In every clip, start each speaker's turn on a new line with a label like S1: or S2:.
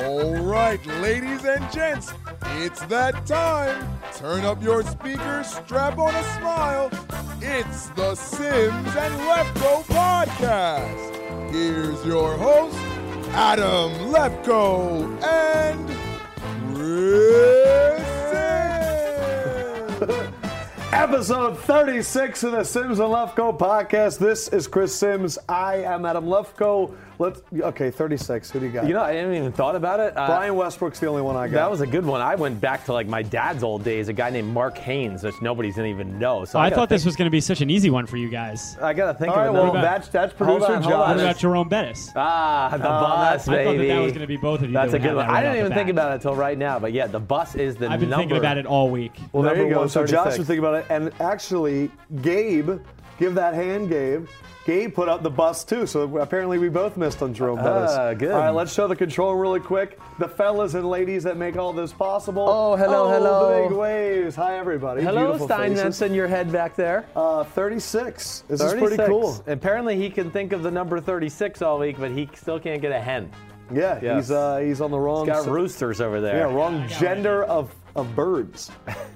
S1: All right, ladies and gents, it's that time. Turn up your speakers, strap on a smile. It's the Sims and Lefko podcast. Here's your host, Adam Lefko and Chris Sims.
S2: Episode 36 of the Sims and Lefko podcast. This is Chris Sims. I am Adam Lefko. Let's okay, 36. Who do you got?
S3: You know, I haven't even thought about it. Uh,
S2: Brian Westbrook's the only one I got.
S3: that was a good one. I went back to like my dad's old days, a guy named Mark Haynes, which nobody's gonna even know. So I,
S4: I
S3: gotta
S4: thought this
S3: think-
S4: was going to be such an easy one for you guys.
S3: I gotta think
S2: All right,
S3: of
S2: well,
S3: another.
S4: about-
S2: that's that's
S3: Hold
S2: producer
S3: on, hold
S2: John.
S4: What
S3: on.
S4: about Jerome Bettis?
S3: ah, the bus,
S4: I thought that
S3: baby.
S4: that was gonna be both of you
S3: That's
S4: that
S3: a
S4: would
S3: good
S4: have
S3: one.
S4: that
S3: I
S4: right
S3: didn't
S4: off
S3: even
S4: the
S3: think
S4: bat.
S3: about it until right now, but yeah, the bus is the
S4: I've been
S3: number.
S4: thinking about it all week.
S2: Well, there you
S3: Number
S2: go. So Josh
S3: 136.
S2: was thinking about it, and actually, Gabe, give that hand, Gabe. Gabe put up the bus too, so apparently we both missed on Jerome Bettis.
S3: Ah, good.
S2: All right, let's show the control room really quick. The fellas and ladies that make all this possible.
S3: Oh, hello,
S2: Oh,
S3: hello.
S2: the Big waves. Hi, everybody.
S3: Hello,
S2: Beautiful faces.
S3: Steinmetz, in your head back there.
S2: Uh, 36. This is
S3: 36.
S2: pretty cool.
S3: Apparently, he can think of the number 36 all week, but he still can't get a hen.
S2: Yeah,
S3: Yes.
S2: he's uh, he's on the wrong
S3: Got
S2: s-
S3: roosters over there.
S2: yeah, wrong
S4: got
S2: gender of, of birds.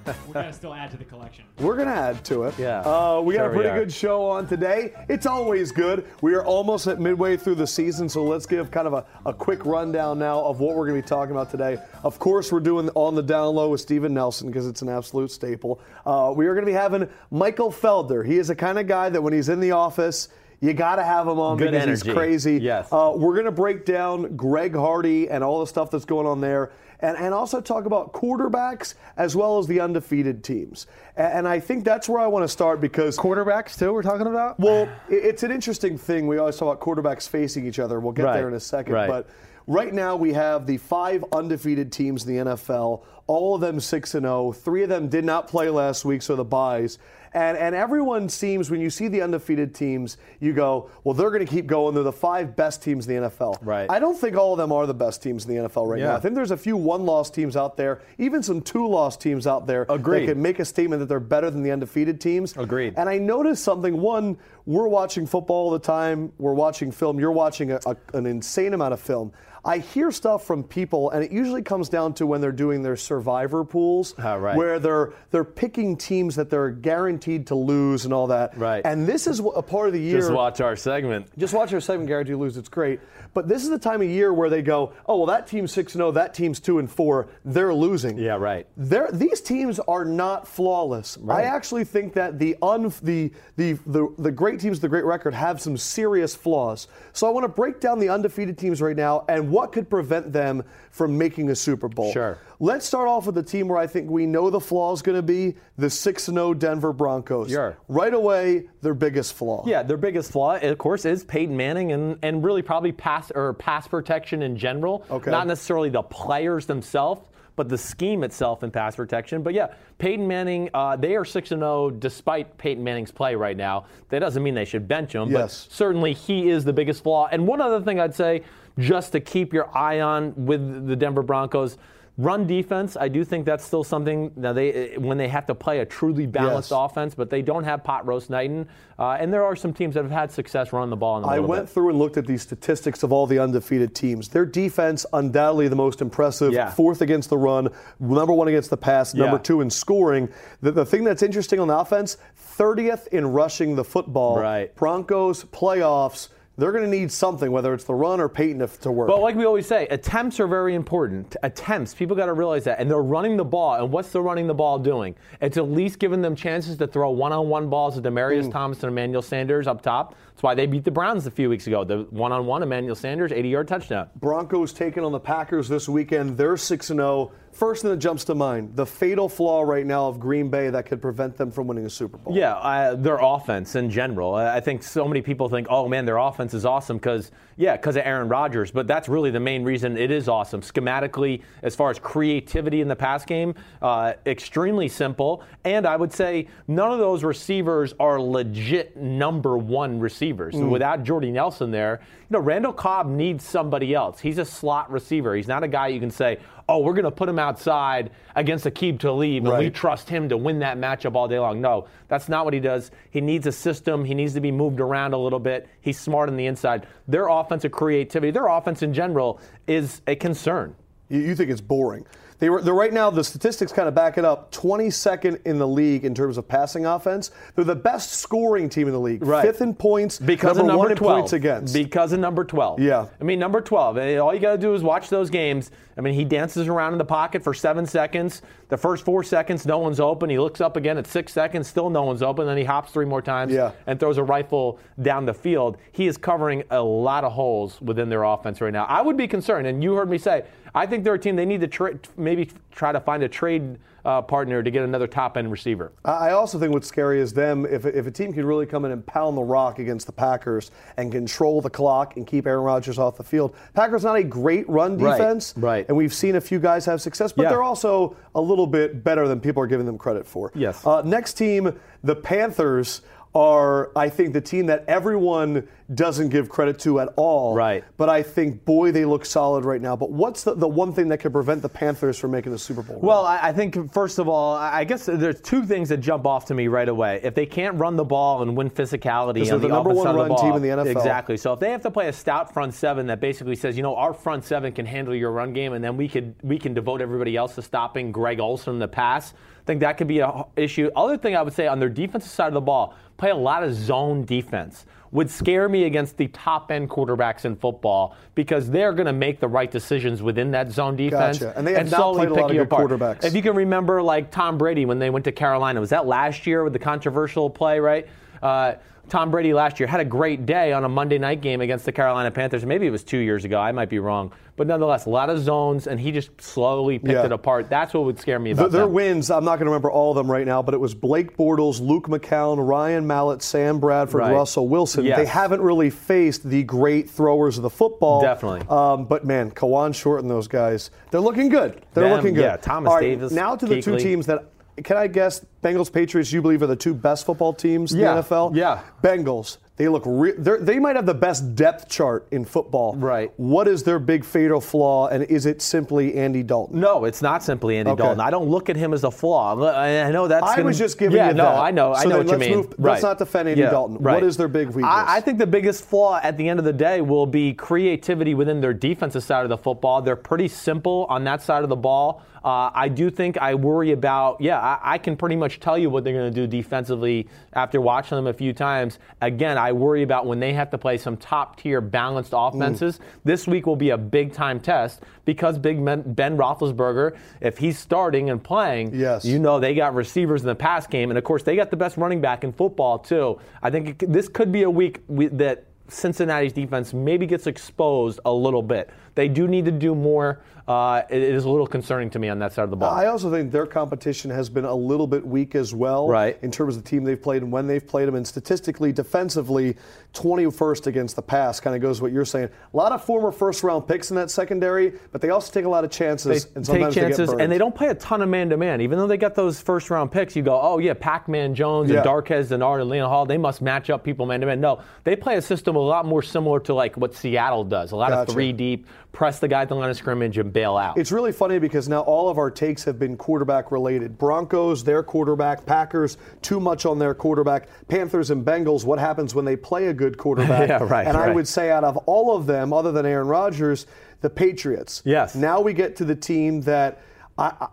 S4: We're gonna still add to the collection.
S2: We're gonna add to it.
S3: Yeah.
S2: Uh, we got
S3: Sure
S2: a
S3: we
S2: pretty
S3: are.
S2: good show on today. It's always good. We are almost at midway through the season, so let's give kind of a, a quick rundown now of what we're gonna be talking about today. Of course, we're doing on the down low with Steven Nelson because it's an absolute staple. Uh, we are gonna be having Michael Felder. He is the kind of guy that when he's in the office. You got to have him on
S3: Good
S2: because he's
S3: energy.
S2: crazy.
S3: Yes.
S2: Uh, uh, we're going to break down Greg Hardy and all the stuff that's going on there, and, and also talk about quarterbacks as well as the undefeated teams. A- And, I think that's where I want to start because.
S3: Quarterbacks, too, we're talking about?
S2: Well, i- it's an interesting thing. We always talk about quarterbacks facing each other. We'll get
S3: Right,
S2: there in a second.
S3: right.
S2: But right now we have the five undefeated teams in the NFL, all of them 6 and 0. Three of them did not play last week, so the buys. And, and everyone seems, when you see the undefeated teams, you go, well, they're going to keep going. They're the five best teams in the NFL.
S3: Right.
S2: I don't think all of them are the best teams in the NFL right now.
S3: Yeah.
S2: I think there's a few one loss teams out there, even some two loss teams out there
S3: Agreed.
S2: that could make a statement that they're better than the undefeated teams.
S3: Agreed.
S2: And I noticed something. One, we're watching football all the time. We're watching film. You're watching a, a- an insane amount of film. I hear stuff from people, and it usually comes down to when they're doing their survivor pools,
S3: Ah, right.
S2: where they're they're picking teams that they're guaranteed to lose and all that.
S3: Right.
S2: And this is wh- a part of the year.
S3: Just watch our segment.
S2: Just watch our segment, guaranteed lose. It's great, but this is the time of year where they go, "Oh well, that team's six and zero, that team's two and four, they're losing."
S3: Yeah, right.
S2: They're, these teams are not flawless. I actually think that the, un, the, the, the, the great teams, with the great record, have some serious flaws. So I want to break down the undefeated teams right now and what could prevent them from making a Super Bowl.
S3: Sure.
S2: Let's start off with the team where I think we know the flaw is going to be the 6 0 Denver Broncos.
S3: Sure.
S2: Right away, their biggest flaw.
S3: Yeah, their biggest flaw, eh, of course, is Peyton Manning and, and really probably pass or pass protection in general.
S2: Okay.
S3: Not necessarily the players themselves, but the scheme itself in pass protection. But yeah, Peyton Manning, uh, they are 6 0 despite Peyton Manning's play right now. That doesn't mean they should bench him,
S2: Yes.
S3: but certainly he is the biggest flaw. And one other thing I'd say, just to keep your eye on with the Denver Broncos. Run defense, I do think that's still something. Now they, when they have to play a truly balanced
S2: Yes.
S3: offense offense, but they don't have Pot Roast Knighton. Uh, and there are some teams that have had success running the ball in the
S2: I
S3: middle
S2: went
S3: bit.
S2: through and looked at the statistics of all the undefeated teams. Their defense, undoubtedly the most impressive,
S3: Yeah.
S2: fourth against the run, number one against the pass, number
S3: Yeah.
S2: two in scoring. The, the thing that's interesting on the offense, 30th in rushing the football.
S3: Right.
S2: Broncos, playoffs, they're going to need something, whether it's the run or Peyton, to, to work.
S3: But like we always say, attempts are very important. Attempts, people got to realize that. And they're running the ball. And what's the running the ball doing? It's at least giving them chances to throw one-on-one balls to Demarius Thomas and Emmanuel Sanders up top. That's why they beat the Browns a few weeks ago. The one-on-one Emmanuel Sanders, 80-yard touchdown.
S2: Broncos taking on the Packers this weekend. They're 6 0. First thing that jumps to mind, the fatal flaw right now of Green Bay that could prevent them from winning a Super Bowl.
S3: Yeah, uh, their offense in general. I I think so many people think, oh man, their offense is awesome because yeah, because of Aaron Rodgers. But that's really the main reason it is awesome. Schematically, as far as creativity in the pass game, uh, extremely simple. And I would say none of those receivers are legit number one receivers. Without Jordy Nelson there, you know, Randall Cobb needs somebody else. He's a slot receiver. He's not a guy you can say, oh, we're going to put him outside against Akib Talib and we
S2: Right.
S3: trust him to win that matchup all day long. No, that's not what he does. He needs a system. He needs to be moved around a little bit. He's smart on the inside. Their offensive creativity, their offense in general, is a concern.
S2: You, you think it's boring. They were they're right now. The statistics kind of back it up. 22nd in the league in terms of passing offense. They're the best scoring team in the league.
S3: Right.
S2: Fifth in points.
S3: Because
S2: number,
S3: of number
S2: one
S3: 12.
S2: in points against.
S3: Because of number 12.
S2: Yeah.
S3: I mean, number 12. eh, All you got to do is watch those games. I mean, he dances around in the pocket for seven seconds. The first four seconds, no one's open. He looks up again at six seconds, still no one's open. Then he hops three more times
S2: Yeah.
S3: and throws a rifle down the field. He is covering a lot of holes within their offense right now. I would be concerned, and you heard me say, I think they're a team they need to tra- maybe try to find a trade uh, partner to get another top end receiver.
S2: I I also think what's scary is them. If, if a team can really come in and pound the rock against the Packers and control the clock and keep Aaron Rodgers off the field, Packers not a great run
S3: Right,
S2: defense.
S3: right.
S2: And we've seen a few guys have success, but
S3: Yeah.
S2: they're also a little bit better than people are giving them credit for.
S3: Yes.
S2: Uh, next team, the Panthers. Are I think the team that everyone doesn't give credit to at all.
S3: Right.
S2: But I think boy they look solid right now. But what's the, the one thing that could prevent the Panthers from making the Super Bowl?
S3: Well, I, I think first of all, I I guess there's two things that jump off to me right away. If they can't run the ball and win physicality,
S2: Because
S3: on
S2: they're the number one
S3: offense side of
S2: run
S3: the ball,
S2: team in the NFL.
S3: Exactly. So if they have to play a stout front seven that basically says, you know, our front seven can handle your run game, and then we could we can devote everybody else to stopping Greg Olson in the pass. I think that could be a h- issue. Other thing I would say on their defensive side of the ball, play a lot of zone defense would scare me against the top end quarterbacks in football because they're going to make the right decisions within that zone defense
S2: Gotcha. And they have not
S3: slowly
S2: played a
S3: pick
S2: lot of
S3: you
S2: good
S3: apart.
S2: quarterbacks.
S3: If you can remember, like Tom Brady when they went to Carolina, was that last year with the controversial play, right? Uh, Tom Brady last year had a great day on a Monday night game against the Carolina Panthers. Maybe it was two years ago. I might be wrong, but nonetheless, a lot of zones, and he just slowly picked
S2: Yeah.
S3: it apart. That's what would scare me
S2: Th-
S3: about
S2: their
S3: them.
S2: wins, I'm not going to remember all of them right now, but it was Blake Bortles, Luke McCown, Ryan Mallett, Sam Bradford,
S3: Right.
S2: Russell Wilson.
S3: Yes.
S2: They haven't really faced the great throwers of the football.
S3: Definitely.
S2: Um, but man, Kawan Short and those guys, they're looking good. They're
S3: Them,
S2: looking good.
S3: yeah, Thomas
S2: All right,
S3: Davis,
S2: Now to the two
S3: Kuechly.
S2: teams that, can I guess, Bengals, Patriots, you believe are the two best football teams
S3: Yeah,
S2: in the NFL?
S3: yeah.
S2: Bengals. They look. Re- they're- they might have the best depth chart in football.
S3: Right.
S2: What is their big fatal flaw, and is it simply Andy Dalton?
S3: No, it's not simply Andy
S2: Okay.
S3: Dalton. I don't look at him as a flaw. I I know that's.
S2: I
S3: gonna-
S2: was just giving
S3: yeah,
S2: you
S3: no,
S2: that.
S3: I know. I
S2: So
S3: know
S2: then
S3: what you
S2: let's
S3: mean.
S2: move- let's
S3: Right.
S2: not defend Andy Dalton. What is their big weakness?
S3: I, I think the biggest flaw at the end of the day will be creativity within their defensive side of the football. They're pretty simple on that side of the ball. Uh, I do think I worry about. Yeah, I, I can pretty much tell you what they're going to do defensively after watching them a few times. Again, I worry about when they have to play some top tier balanced offenses. This week will be a big time test because Big Men- Ben Roethlisberger, if he's starting and playing,
S2: Yes.
S3: you know they got receivers in the pass game, and of course they got the best running back in football too. I think it, could- this could be a week we, that Cincinnati's defense maybe gets exposed a little bit. They do need to do more. Uh, it- it is a little concerning to me on that side of the ball.
S2: I also think their competition has been a little bit weak as well,
S3: Right.
S2: In terms of the team they've played and when they've played them, and statistically, defensively, 21st against the pass kind of goes what you're saying. A lot of former first-round picks in that secondary, but they also take a lot of chances, and
S3: take
S2: sometimes
S3: chances,
S2: they get burned.
S3: and they don't play a ton of man-to-man. Even though they got those first-round picks, you go, oh yeah, Pac-Man Jones
S2: Yeah.
S3: and Darquez Denard and Leon Hall, they must match up people man-to-man. No, they play a system a lot more similar to like what Seattle does. A lot
S2: Gotcha.
S3: of three deep, press the guy at the line of scrimmage and bail out.
S2: It's really funny because now all of our takes have been quarterback related. Broncos, their quarterback. Packers, too much on their quarterback. Panthers and Bengals, what happens when they play a good quarterback?
S3: Yeah, right,
S2: And I
S3: right.
S2: would say out of all of them, other than Aaron Rodgers, the Patriots.
S3: Yes.
S2: Now we get to the team that I. I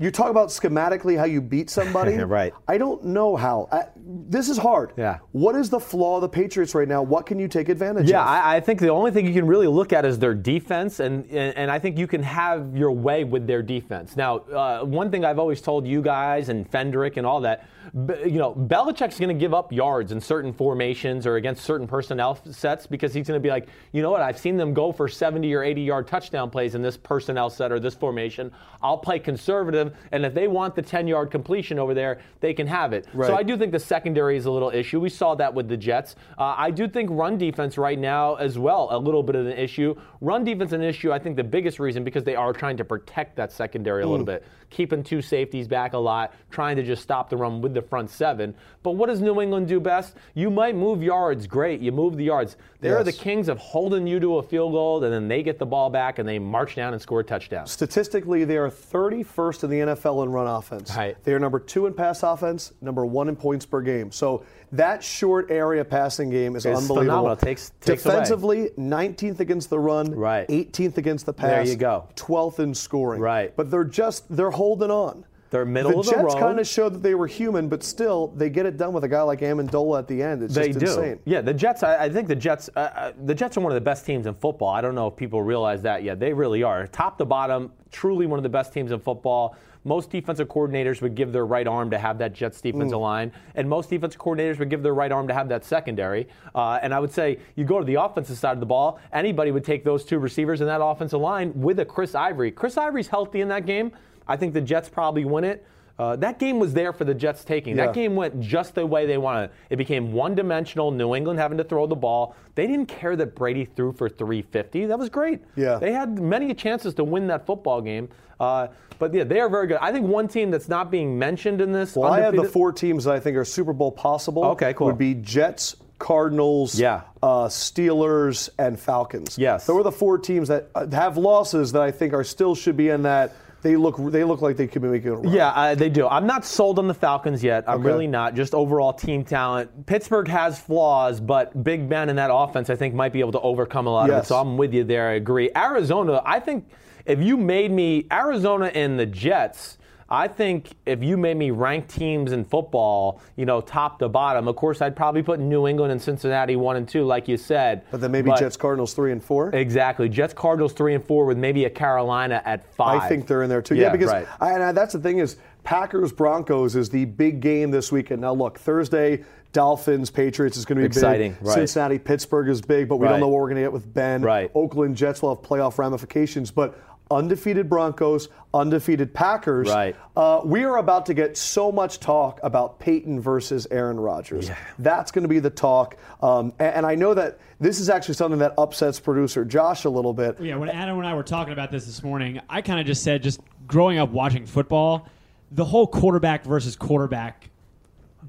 S2: you talk about schematically how you beat somebody.
S5: Right.
S2: I don't know how. I, this is hard.
S3: Yeah.
S2: What is the flaw of the Patriots right now? What can you take advantage
S3: Yeah,
S2: of?
S3: I, I think the only thing you can really look at is their defense, and and, and I think you can have your way with their defense. Now, uh, one thing I've always told you guys and Fendrick and all that, b- you know, Belichick's going to give up yards in certain formations or against certain personnel sets because he's going to be like, you know what, I've seen them go for 70 or 80 yard touchdown plays in this personnel set or this formation. I'll play conservative, and if they want the 10 yard completion over there, they can have it. So I do think the secondary is a little issue. We saw that with the Jets. Uh, I do think run defense right now as well a little bit of an issue. Run defense an issue. I think the biggest reason because they are trying to protect that secondary a little bit, keeping two safeties back a lot, trying to just stop the run with the front seven. But what does New England do best? You might move yards. Great, you move the yards. They're the
S2: Yes.
S3: kings of holding you to a field goal, and then they get the ball back and they march down and score a touchdown.
S2: Statistically, they are 31st in the NFL in run offense.
S3: Right.
S2: They are number two in pass offense, number one in points per game. So that short area passing game is unbelievable.
S3: phenomenal. Takes- takes away.
S2: Defensively, 19th against the run,
S3: Right.
S2: 18th against the pass.
S3: There you go.
S2: 12th in scoring.
S3: Right.
S2: But they're just they're holding on.
S3: They're middle
S2: the
S3: of the
S2: Jets
S3: road.
S2: kind of showed that they were human, but still they get it done with a guy like Amendola at the end. It's
S3: they
S2: just
S3: do.
S2: insane.
S3: Yeah, the Jets. I, I think the Jets. Uh, uh, the Jets are one of the best teams in football. I don't know if people realize that yet. They really are, top to bottom, truly one of the best teams in football. Most defensive coordinators would give their right arm to have that Jets defensive
S2: Mm.
S3: line, and most defensive coordinators would give their right arm to have that secondary. Uh, and I would say you go to the offensive side of the ball, anybody would take those two receivers and that offensive line with a Chris Ivory. Chris Ivory's healthy in that game. I think the Jets probably win it. Uh, that game was there for the Jets taking.
S2: Yeah.
S3: That game went just the way they wanted. It became one-dimensional. New England having to throw the ball. They didn't care that Brady threw for 350. That was great.
S2: Yeah.
S3: they had many chances to win that football game. Uh, but yeah, they are very good. I think one team that's not being mentioned in this.
S2: Well, I have the
S3: undefeated-
S2: four teams that I think are Super Bowl possible.
S3: Okay, cool.
S2: Would be Jets, Cardinals,
S3: Yeah.
S2: uh, Steelers, and Falcons.
S3: Yes.
S2: Those are the four teams that uh, have losses that I think are still should be in that. They look they look like they could be making a run.
S3: Yeah, uh, they do. I'm not sold on the Falcons yet. I'm
S2: Okay.
S3: really not. Just overall team talent. Pittsburgh has flaws, but Big Ben and that offense, I think, might be able to overcome a lot of it.
S2: Yes.
S3: So I'm with you there. I agree. Arizona, I think if you made me Arizona and the Jets. I think if you made me rank teams in football, you know, top to bottom, of course, I'd probably put New England and Cincinnati one and two, like you said.
S2: But then maybe Jets, Cardinals, three and four.
S3: Exactly. Jets, Cardinals, three and four, with maybe a Carolina at five.
S2: I think they're in there too. Yeah,
S3: Yeah,
S2: because
S3: right.
S2: I, and I- that's the thing is Packers Broncos is the big game this weekend. Now look, Thursday Dolphins Patriots is going to be
S3: Exciting,
S2: Big.
S3: right.
S2: Cincinnati Pittsburgh is big, but we don't
S3: Right.
S2: know what we're going to get with Ben.
S3: Right.
S2: Oakland Jets will have playoff ramifications, but. Undefeated Broncos, undefeated Packers.
S3: Right.
S2: Uh, we are about to get so much talk about Peyton versus Aaron Rodgers. That's going to be the talk. Um, and, and I know that this is actually something that upsets producer Josh a little bit.
S4: Yeah, when Adam and I were talking about this this morning, I kind of just said, just growing up watching football, the whole quarterback versus quarterback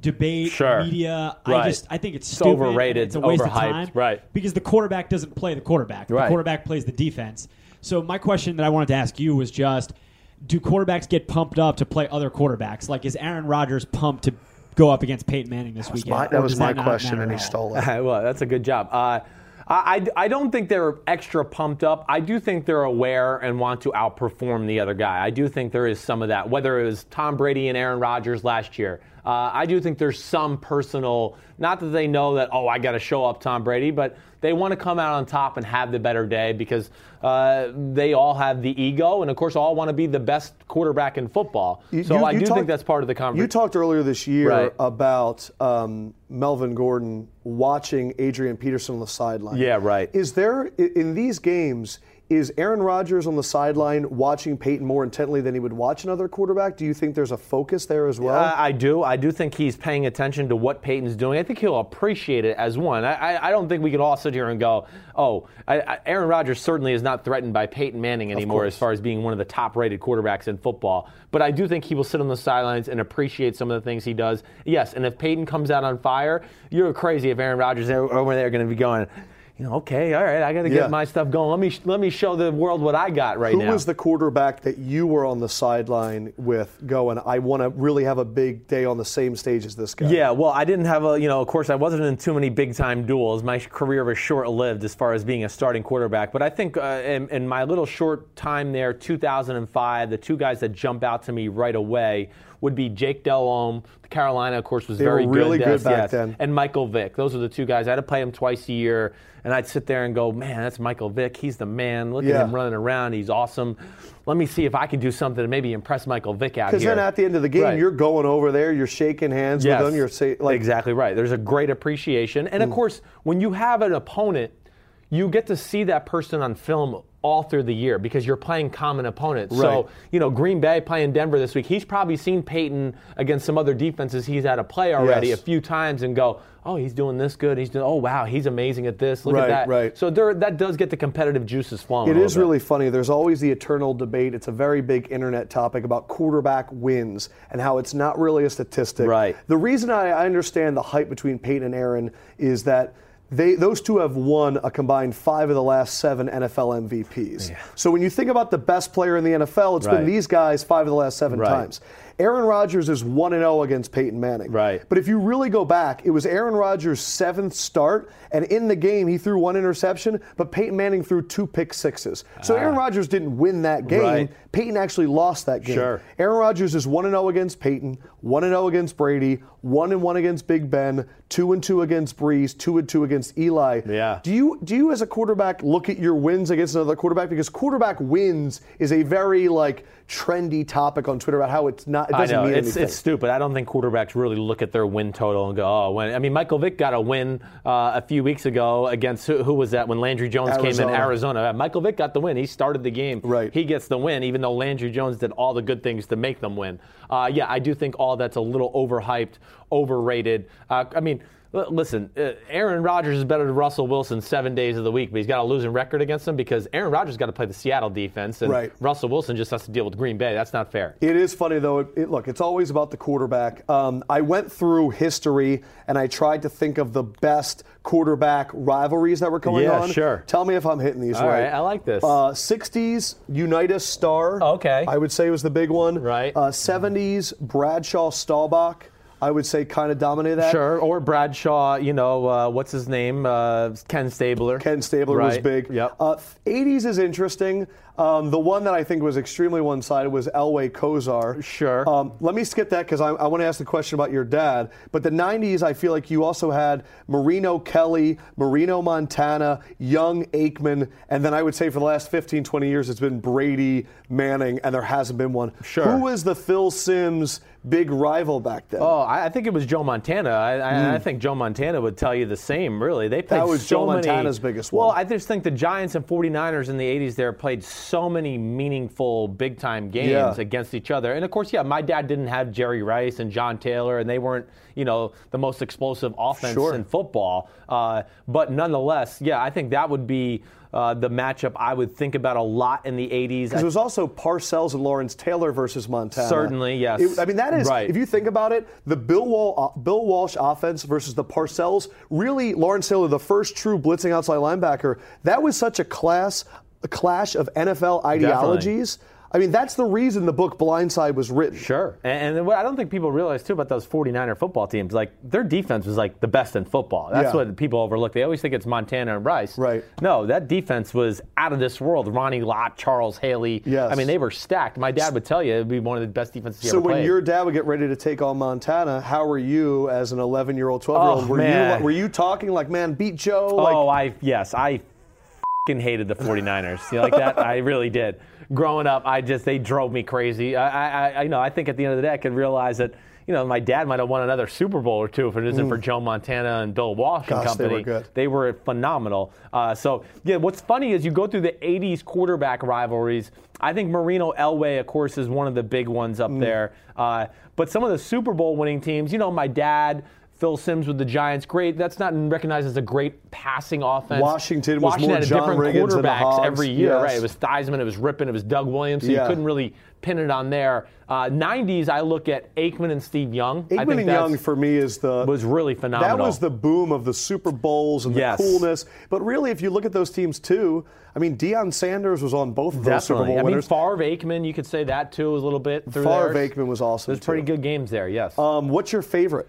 S4: debate,
S3: Sure.
S4: media.
S3: Right.
S4: I just, I think it's
S3: It's
S4: stupid.
S3: overrated,
S4: It's a waste of
S3: overhyped,
S4: time,
S3: right.
S4: Because the quarterback doesn't play the quarterback.
S3: Right.
S4: The quarterback plays the defense. So my question that I wanted to ask you was just, do quarterbacks get pumped up to play other quarterbacks? Like, is Aaron Rodgers pumped to go up against Peyton Manning this weekend?
S2: My-
S4: or
S2: that was
S4: does
S2: my
S4: not
S2: question,
S4: matter
S2: and he
S4: at all?
S2: stole it.
S3: Okay, well, that's a good job. Uh, I, I- I don't think they're extra pumped up. I do think they're aware and want to outperform the other guy. I do think there is some of that, whether it was Tom Brady and Aaron Rodgers last year. Uh, I do think there's some personal, not that they know that, oh, I got to show up Tom Brady, but they want to come out on top and have the better day because uh, they all have the ego and, of course, all want to be the best quarterback in football.
S2: You-
S3: so
S2: you-
S3: I
S2: you
S3: do
S2: talked-
S3: think that's part of the conversation.
S2: You talked earlier this year
S3: Right.
S2: about um, Melvin Gordon watching Adrian Peterson on the sideline.
S3: Yeah, right.
S2: Is there i- in these games? Is Aaron Rodgers on the sideline watching Peyton more intently than he would watch another quarterback? Do you think there's a focus there as well?
S3: Uh, I, I do. I do think he's paying attention to what Peyton's doing. I think he'll appreciate it as one. I, I, I don't think we can all sit here and go, oh, I, I, Aaron Rodgers certainly is not threatened by Peyton Manning anymore as far as being one of the top rated quarterbacks in football. But I do think he will sit on the sidelines and appreciate some of the things he does. Yes, and if Peyton comes out on fire, you're crazy if Aaron Rodgers is over there going to be going, you know, okay, all right, I got to
S2: Yeah.
S3: get my stuff going. Let me sh- let me show the world what I got right
S2: Who
S3: now.
S2: was the quarterback that you were on the sideline with going, I want to really have a big day on the same stage as this guy?
S3: Yeah, well, I didn't have a, you know, of course, I wasn't in too many big time duels. My career was short lived as far as being a starting quarterback. But I think uh, in, in my little short time there, 2005, the two guys that jump out to me right away would be Jake Delhomme. Carolina, of course, was
S2: were
S3: very
S2: really
S3: good,
S2: good
S3: yes,
S2: back
S3: yes,
S2: then.
S3: And Michael Vick. Those are the two guys. I had to play him twice a year, and I'd sit there and go, man, that's Michael Vick. He's the man. Look
S2: Yeah.
S3: at him running around. He's awesome. Let me see if I can do something to maybe impress Michael Vick out here.
S2: Because then at the end of the game,
S3: Right.
S2: you're going over there, you're shaking hands
S3: Yes.
S2: with them, you're say, like, Mm.
S3: exactly right. There's a great appreciation, and of course, when you have an opponent, you get to see that person on film all through the year because you're playing common opponents.
S2: Right.
S3: So you know, Green Bay playing Denver this week, he's probably seen Peyton against some other defenses he's had to play already
S2: Yes.
S3: a few times and go, oh, he's doing this good. He's doing, oh wow, he's amazing at this. Look
S2: Right,
S3: at that.
S2: right.
S3: So there, that does get the competitive juices flowing.
S2: It
S3: a
S2: is
S3: little bit.
S2: really funny. There's always the eternal debate. It's a very big internet topic about quarterback wins and how it's not really a statistic.
S3: Right.
S2: The reason I, I understand the hype between Peyton and Aaron is that they those two have won a combined five of the last seven NFL MVPs. So when you think about the best player in the NFL, it's been
S3: Right.
S2: these guys five of the last seven
S3: Right.
S2: times. Aaron Rodgers is 1 and 0 against Peyton Manning.
S3: Right.
S2: But if you really go back, it was Aaron Rodgers' seventh start, and in the game, he threw one interception, but Peyton Manning threw two pick sixes. So Aaron Rodgers didn't win that game.
S3: Ah. Right.
S2: Peyton actually lost that game.
S3: Sure.
S2: Aaron Rodgers is 1 0 against Peyton, 1 0 against Brady, 1 1 against Big Ben, 2 2 against Breeze, 2 2 against Eli.
S3: Yeah.
S2: Do you, do you, as a quarterback, look at your wins against another quarterback? Because quarterback wins is a very, like, trendy topic on Twitter about how it's not, it doesn't
S3: I know
S2: mean
S3: it's,
S2: anything.
S3: it's stupid. I don't think quarterbacks really look at their win total and go, "Oh, when." I mean, Michael Vick got a win uh, a few weeks ago against who, who was that? When Landry Jones came in
S2: Arizona.
S3: Arizona, Uh, Michael Vick got the win. He started the game.
S2: Right.
S3: He gets the win, even though Landry Jones did all the good things to make them win. Uh, yeah, I do think all that's a little overhyped, overrated. Uh, I mean. l- Listen, uh, Aaron Rodgers is better than Russell Wilson seven days of the week, but he's got a losing record against him because Aaron Rodgers got to play the Seattle defense, and
S2: Right.
S3: Russell Wilson just has to deal with Green Bay. That's not fair.
S2: It is funny though. It, it- look, it's always about the quarterback. Um, I went through history and I tried to think of the best quarterback rivalries that were going
S3: Yeah,
S2: on.
S3: sure.
S2: Tell me if I'm hitting these
S3: All
S2: right.
S3: right, I like this.
S2: Uh, 60s Unitas Star.
S3: Okay.
S2: I would say was the big one.
S3: Right.
S2: Uh, 70s Bradshaw Staubach. I would say kind of dominated that.
S3: Sure, or Bradshaw, you know, uh, what's his name? Uh, Ken Stabler.
S2: Ken Stabler was
S3: Right,
S2: big.
S3: Yep.
S2: Uh, 80s is interesting. Um, the one that I think was extremely one sided was Elway Kozar.
S3: Sure.
S2: Um, let me skip that because I, I want to ask the question about your dad. But the 90s, I feel like you also had Marino Kelly, Marino Montana, Young Aikman, and then I would say for the last 15, 20 years, it's been Brady, Manning, and there hasn't been one.
S3: Sure.
S2: Who was the Phil Sims big rival back then?
S3: oh, I, I think it was Joe Montana. I, I, I think Joe Montana would tell you the same, really. They played
S2: Hmm. was
S3: so
S2: Joe
S3: many-
S2: Montana's biggest
S3: Well,
S2: one.
S3: I just think the Giants and 49ers in the 80s there played so many meaningful big time games
S2: Yeah.
S3: against each other. And of course, yeah, my dad didn't have Jerry Rice and John Taylor, and they weren't, you know, the most explosive offense
S2: Sure.
S3: in football. Uh, but nonetheless, yeah, I think that would be. Uh, the matchup I would think about a lot in the 80s. I
S2: Because it was also Parcells and Lawrence Taylor versus Montana.
S3: Certainly, yes.
S2: It- I mean, that is,
S3: Right.
S2: if you think about it, the Bill, Wal- uh, Bill Walsh offense versus the Parcells, really, Lawrence Taylor, the first true blitzing outside linebacker, that was such a class, a clash of NFL ideologies. I mean, that's the reason the book Blindside was written.
S3: Sure. And, and then what I don't think people realize too about those 49er football teams, like their defense was like the best in football. That's
S2: Yeah.
S3: what people overlook. They always think it's Montana and Rice.
S2: Right.
S3: No, that defense was out of this world. Ronnie Lott, Charles Haley.
S2: Yes.
S3: I mean, they were stacked. My dad would tell you it'd be one of the best defenses he
S2: So
S3: ever
S2: when
S3: played.
S2: your dad would get ready to take on Montana, how were you as an 11-year-old, 12-year-old?
S3: Oh,
S2: were you
S3: man.
S2: like- were you talking like, man, beat Joe?
S3: oh,
S2: like,
S3: I yes, I fing hated the 49ers. You like that? I really did. Growing up, I just they drove me crazy. I, I, I you know I think at the end of the day, I could realize that. You know, my dad might have won another Super Bowl or two if it isn't for Joe Montana and Bill Walsh and
S2: Mm. Gosh, they
S3: company.
S2: were good.
S3: They were phenomenal. Uh, so, yeah, what's funny is you go through the 80s quarterback rivalries. I think Marino Elway, of course, is one of the big ones
S2: Mm.
S3: up there. Uh, but some of the Super Bowl winning teams, you know, my dad, Phil Sims with the Giants, great. That's not recognized as a great passing offense.
S2: Washington was more
S3: had
S2: John
S3: different
S2: Riggins and the
S3: quarterbacks
S2: Hogs,
S3: every year,
S2: yes.
S3: right? It was Theismann, it was Rippon, it was Doug Williams. So
S2: Yeah.
S3: you couldn't really pin it on there. Uh, 90s, I look at Aikman and Steve Young. I
S2: Aikman and
S3: think that's-
S2: Young for me is the
S3: was really phenomenal.
S2: That was the boom of the Super Bowls and the
S3: Yes.
S2: coolness. But really, if you look at those teams too, I mean, Deion Sanders was on both of those Super
S3: Definitely.
S2: Bowl
S3: I mean,
S2: winners.
S3: Favre, Aikman, you could say that too a little bit. Through
S2: Favre
S3: theirs.
S2: Aikman was awesome.
S3: There's pretty
S2: too.
S3: good games there, yes.
S2: Um, what's your favorite?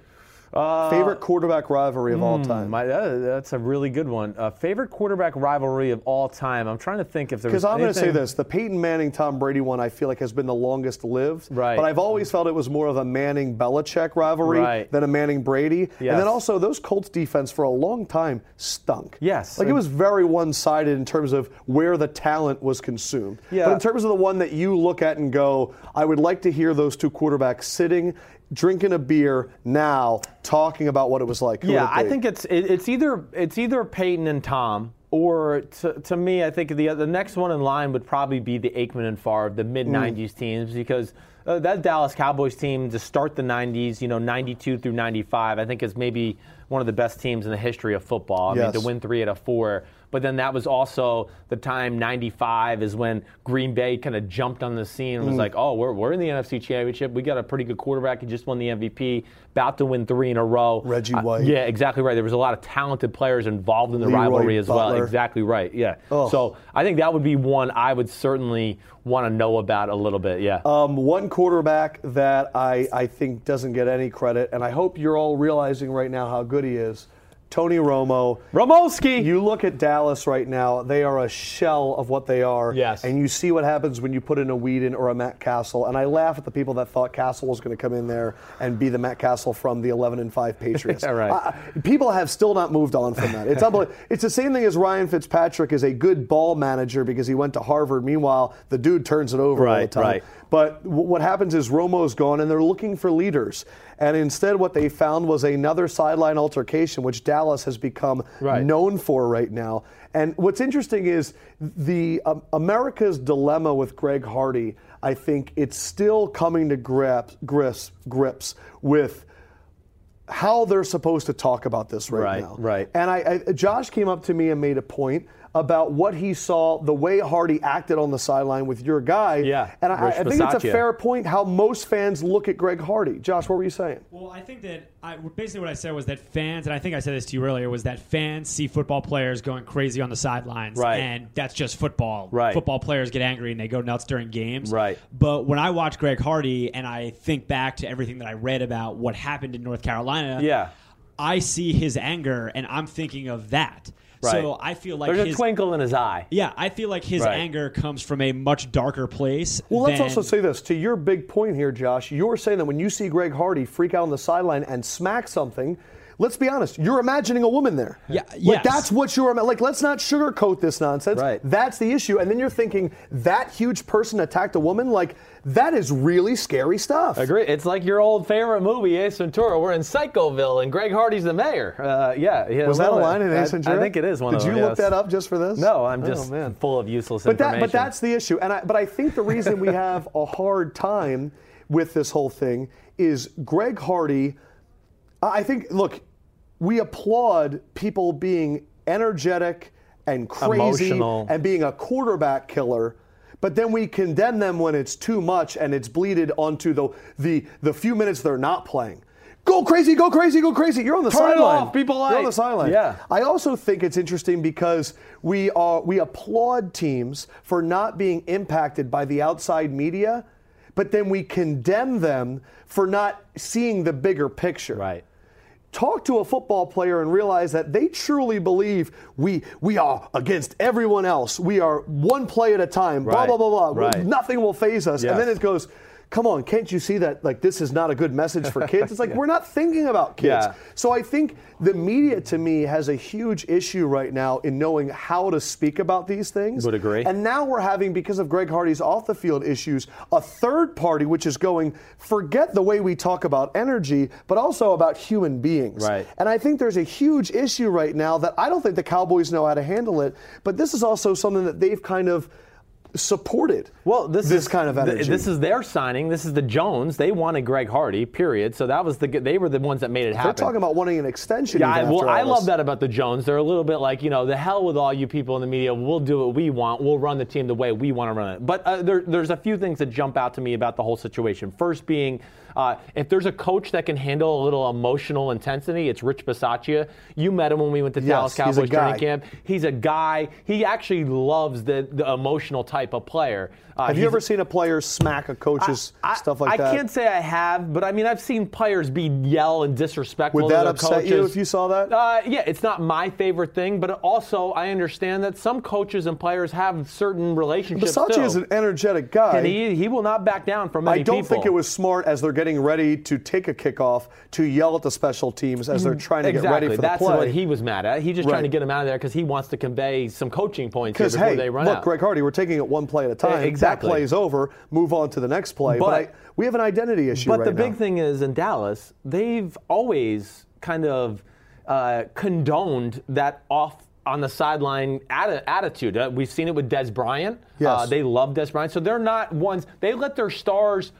S2: favorite quarterback rivalry of all time?
S3: My, uh, that's a really good one. Uh, favorite quarterback rivalry of all time. I'm trying to think if there's.
S2: Because I'm going to say
S3: anything-
S2: this: the Peyton Manning Tom Brady one, I feel like has been the longest lived.
S3: Right.
S2: But I've always felt it was more of a Manning Belichick rivalry
S3: Right.
S2: than a Manning Brady.
S3: Yes.
S2: And then also those Colts defense for a long time stunk.
S3: Yes.
S2: Like it was very one sided in terms of where the talent was consumed.
S3: Yeah.
S2: But in terms of the one that you look at and go, I would like to hear those two quarterbacks sitting, drinking a beer now, talking about what it was like. Who would
S3: Yeah,
S2: it
S3: I
S2: be?
S3: think it's it, it's either it's either Peyton and Tom, or to, to me, I think the the next one in line would probably be the Aikman and Favre, the
S2: Mm.
S3: mid '90s teams, because uh, that Dallas Cowboys team to start the '90s, you know, '92 through '95, I think is maybe one of the best teams in the history of football. I
S2: Yes.
S3: mean, to win three out of four. But then that was also the time '95 is when Green Bay kind of jumped on the scene
S2: Mm.
S3: and was like, "Oh, we're, we're in the NFC Championship. We got a pretty good quarterback. He just won the MVP. About to win three in a row.
S2: Reggie
S3: Uh,
S2: White.
S3: yeah, exactly right. There was a lot of talented players involved in the
S2: Leroy
S3: rivalry as well.
S2: Butler.
S3: Exactly right. Yeah.
S2: Ugh.
S3: So I think that would be one I would certainly want to know about a little bit. Yeah.
S2: Um, one quarterback that I, I think doesn't get any credit, and I hope you're all realizing right now how good he is, Tony Romo.
S3: Romolsky.
S2: You look at Dallas right now; they are a shell of what they are.
S3: Yes.
S2: And you see what happens when you put in a Whedon or a Matt Castle. And I laugh at the people that thought Castle was going to come in there and be the Matt Castle from the 11 and 5 Patriots.
S3: Yeah, right.
S2: I- I- people have still not moved on from that. It's unbelievable. It's the same thing as Ryan Fitzpatrick is a good ball manager because he went to Harvard. Meanwhile, the dude turns it over all the
S3: Right,
S2: time.
S3: right.
S2: But w- what happens is Romo's gone, and they're looking for leaders. And instead, what they found was another sideline altercation, which Dallas has become
S3: Right.
S2: known for right now. And what's interesting is the um, America's dilemma with Greg Hardy. I think it's still coming to grips, grips, grips with how they're supposed to talk about this right,
S3: Right,
S2: now.
S3: right.
S2: And I, I, Josh came up to me and made a point about what he saw, the way Hardy acted on the sideline with your guy.
S3: Yeah,
S2: And I, I
S3: Rich
S2: think it's a
S3: Bisaccia.
S2: fair point how most fans look at Greg Hardy. Josh, what were you saying?
S4: Well, I think that I, basically what I said was that fans, and I think I said this to you earlier, was that fans see football players going crazy on the sidelines,
S3: Right.
S4: and that's just football.
S3: Right.
S4: Football players get angry and they go nuts during games.
S3: Right.
S4: But when I watch Greg Hardy and I think back to everything that I read about what happened in North Carolina,
S3: Yeah.
S4: I see his anger and I'm thinking of that. So I feel like
S3: there's
S4: his,
S3: a twinkle in his eye.
S4: yeah, I feel like his
S3: Right.
S4: anger comes from a much darker place.
S2: Well, let's
S4: than-
S2: also say this to your big point here, Josh. You're saying that when you see Greg Hardy freak out on the sideline and smack something, let's be honest, you're imagining a woman there.
S4: Yeah,
S2: like
S4: yes.
S2: that's what you're ima- like. Let's not sugarcoat this nonsense.
S3: Right.
S2: That's the issue. And then you're thinking that huge person attacked a woman. Like that is really scary stuff.
S3: Agree. It's like your old favorite movie, Ace Ventura. We're in Psychoville, and Greg Hardy's the mayor. Uh, yeah, yeah.
S2: Was that a
S3: little-
S2: line in Ace
S3: I-
S2: Ventura?
S3: I think it is one
S2: Did
S3: of them.
S2: you look
S3: yes.
S2: that up just for this?
S3: No, I'm
S2: Oh,
S3: just
S2: man.
S3: full of useless
S2: But that,
S3: information.
S2: but that's the issue, and I, but I think the reason we have a hard time with this whole thing is Greg Hardy. I I think look, we applaud people being energetic and crazy
S3: Emotional.
S2: and being a quarterback killer. But then we condemn them when it's too much and it's bleeded onto the the, the few minutes they're not playing. Go crazy, go crazy, go crazy. You're on the
S3: Turn it
S2: sideline.
S3: off, people
S2: You're on
S3: like-
S2: the sideline.
S3: Yeah.
S2: I also think it's interesting because we are we applaud teams for not being impacted by the outside media, but then we condemn them for not seeing the bigger picture
S3: right.
S2: talk to a football player and realize that they truly believe we we are against everyone else. We are one play at a time.
S3: Right.
S2: Blah blah blah blah.
S3: Right.
S2: Nothing will phase us.
S3: Yes.
S2: And then it goes. Come on, can't you see that? Like this is not a good message for kids. It's like we're not thinking about kids.
S3: Yeah.
S2: So I think the media, to me, has a huge issue right now in knowing how to speak about these things.
S3: Would agree.
S2: And now we're having, because of Greg Hardy's off the field issues, a third party which is going, forget the way we talk about energy, but also about human beings.
S3: Right.
S2: And I think there's a huge issue right now that I don't think the Cowboys know how to handle it, but this is also something that they've kind of supported
S3: Well, this,
S2: this
S3: is,
S2: kind of
S3: th-
S2: energy.
S3: this is their signing. This is the Jones. They wanted Greg Hardy. Period. So that was the. g- They were the ones that made it happen.
S2: They're talking about wanting an extension.
S3: Yeah, I,
S2: even after
S3: well,
S2: all
S3: I
S2: this.
S3: love that about the Jones. They're a little bit like, you know, the hell with all you people in the media. We'll do what we want. We'll run the team the way we want to run it. But uh, there, there's a few things that jump out to me about the whole situation. First being, uh, if there's a coach that can handle a little emotional intensity, it's Rich Bisaccia. You met him when we went to Dallas
S2: he's a
S3: Cowboys
S2: guy.
S3: training camp. He's a guy. He actually loves the, the emotional type of player. Uh,
S2: Have you
S3: he's-
S2: ever seen a player smack a coach's
S3: I-
S2: stuff like
S3: I
S2: that?
S3: can't say I have, but I mean I've seen players be yell and disrespectful.
S2: Would
S3: to
S2: that
S3: their
S2: upset you
S3: coaches.
S2: if you saw that?
S3: Uh, yeah, it's not my favorite thing, but also I understand that some coaches and players have certain relationships. too.
S2: Versace is an energetic guy.
S3: and he, he will not back down from many
S2: I don't
S3: people.
S2: think it was smart as they're getting ready to take a kickoff to yell at the special teams as they're trying to
S3: Mm-hmm. exactly.
S2: get ready for
S3: That's
S2: the play.
S3: what he was mad at. He's just trying to
S2: Right.
S3: get him out of there because he wants to convey some coaching points here
S2: because
S3: before
S2: hey,
S3: they run
S2: look,
S3: out. E,
S2: Greg Hardy, we're taking it one play at a time.
S3: exactly.
S2: That play is over. Move on to the next play. But,
S3: But-
S2: I, we have an identity issue.
S3: But
S2: right
S3: the big
S2: now.
S3: thing is in Dallas, they've always kind of uh, condoned that off on the sideline atti- attitude. Uh, we've seen it with Des Bryant. Uh,
S2: Yes.
S3: they love Des Bryant, so they're not ones. They let their stars'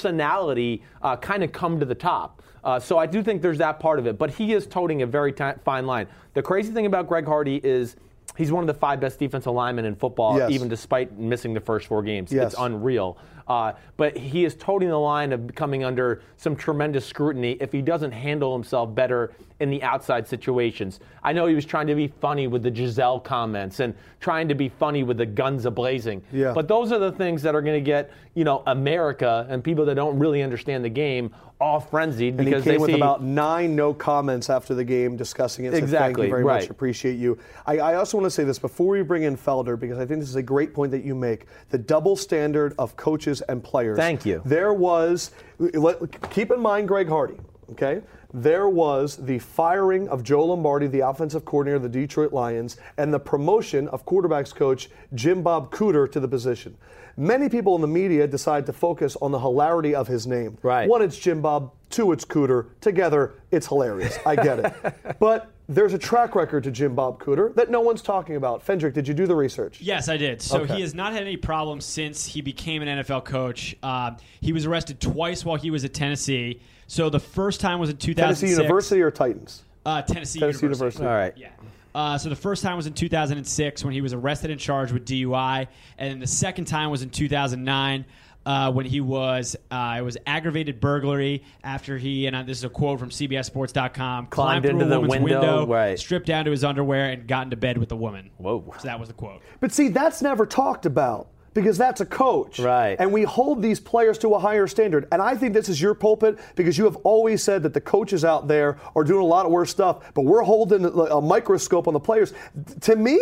S3: personality uh, kind of come to the top. Uh, so I do think there's that part of it. But he is toting a very ti- fine line. The crazy thing about Greg Hardy is. He's one of the five best defensive linemen in football,
S2: Yes.
S3: even despite missing the first four games.
S2: Yes.
S3: It's unreal real. Uh, but he is toting the line of coming under some tremendous scrutiny if he doesn't handle himself better in the outside situations. I know he was trying to be funny with the Giselle comments and trying to be funny with the guns ablazing.
S2: Yeah.
S3: But those are the things that are going to get you know America and people that don't really understand the game all frenzied
S2: And he
S3: because
S2: came
S3: they
S2: with
S3: see
S2: about nine no comments after the game discussing it. So thank
S3: Exactly,
S2: you very much.
S3: right.
S2: Appreciate you. I, I also want to say this before we bring in Felder, because I think this is a great point that you make the double standard of coaches and players.
S3: Thank you.
S2: There was, let, keep in mind Greg Hardy, okay? There was the firing of Joe Lombardi, the offensive coordinator of the Detroit Lions, and the promotion of quarterbacks coach Jim Bob Cooter to the position. Many people in the media decide to focus on the hilarity of his name.
S3: Right.
S2: One, it's Jim Bob. Two, it's Cooter. Together, it's hilarious. I get it. but there's a track record to Jim Bob Cooter that no one's talking about. Fendrick, did you do the research?
S4: Yes, I did. So
S2: Okay.
S4: he has not had any problems since he became an NFL coach. Uh, he was arrested twice while he was at Tennessee. So the first time was in 2006.
S2: Tennessee University or Titans?
S4: Uh, Tennessee,
S2: Tennessee
S4: University.
S2: University.
S3: all right.
S4: Yeah. Uh, so the first time was in 2006 when he was arrested and charged with DUI, and then the second time was in 2009 uh, when he was uh, it was aggravated burglary after he and uh, this is a quote from CBSSports.com climbed, through
S3: into
S4: a
S3: the
S4: woman's
S3: window, right.
S4: stripped down to his underwear, and got into bed with the woman.
S3: Whoa.
S4: So that was the quote.
S2: But see, that's never talked about because that's a coach.
S3: Right.
S2: And we hold these players to a higher standard. And I think this is your pulpit because you have always said that the coaches out there are doing a lot of worse stuff, but we're holding a microscope on the players. To me,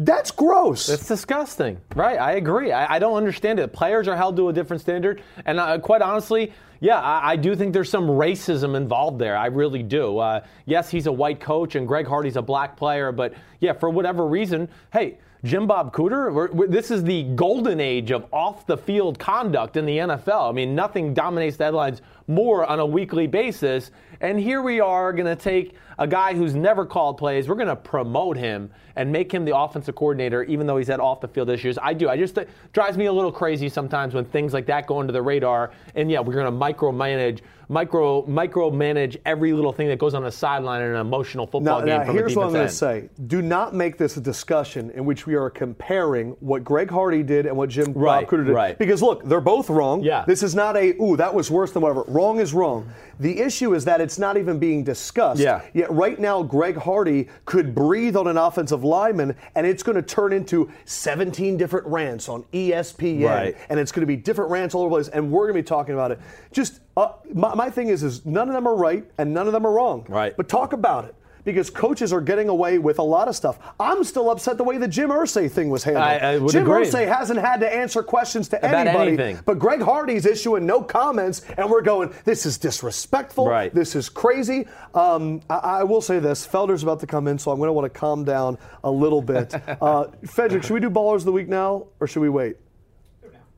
S2: that's gross.
S3: It's disgusting, right? I agree. I, I don't understand it. Players are held to a different standard, and I, quite honestly, yeah, I, I do think there's some racism involved there. I really do. Uh, yes, he's a white coach, and Greg Hardy's a black player, but yeah, for whatever reason, hey. Jim Bob Cooter, we're, we're- this is the golden age of off the field conduct in the NFL. I mean, nothing dominates the headlines more on a weekly basis. And here we are going to take a guy who's never called plays. We're going to promote him and make him the offensive coordinator, even though he's had off the field issues. I do. I just it drives me a little crazy sometimes when things like that go under the radar. And yeah, we're going to micromanage, micro micromanage every little thing that goes on the sideline in an emotional football
S2: Now,
S3: game.
S2: now
S3: from
S2: here's
S3: a
S2: what I'm
S3: going
S2: to say. Do not make this a discussion in which we are comparing what Greg Hardy did and what Jim
S3: Right,
S2: Bob Cooter did.
S3: right.
S2: Because look, they're both wrong.
S3: Yeah.
S2: This is not a ooh that was worse than whatever. Wrong is wrong. The issue is that it's not even being discussed.
S3: Yeah.
S2: Yet right now, Greg Hardy could breathe on an offensive lineman, and it's going to turn into 17 different rants on E ESPN,
S3: Right.
S2: and it's going to be different rants all over the place, and we're going to be talking about it. Just uh, my, my thing is, is none of them are right and none of them are wrong.
S3: Right.
S2: But talk about it because coaches are getting away with a lot of stuff. I'm still upset the way the Jim Ursay thing was handled.
S3: I- I would
S2: Jim
S3: agree.
S2: Ursay hasn't had to answer questions to
S3: About
S2: anybody,
S3: anything.
S2: but Greg Hardy's issuing no comments, and we're going, this is disrespectful.
S3: Right.
S2: This is crazy. Um, I, I will say this Felder's about to come in, so I'm going to want to calm down a little bit. uh, Fedrick, should we do Ballers of the Week now, or should we wait?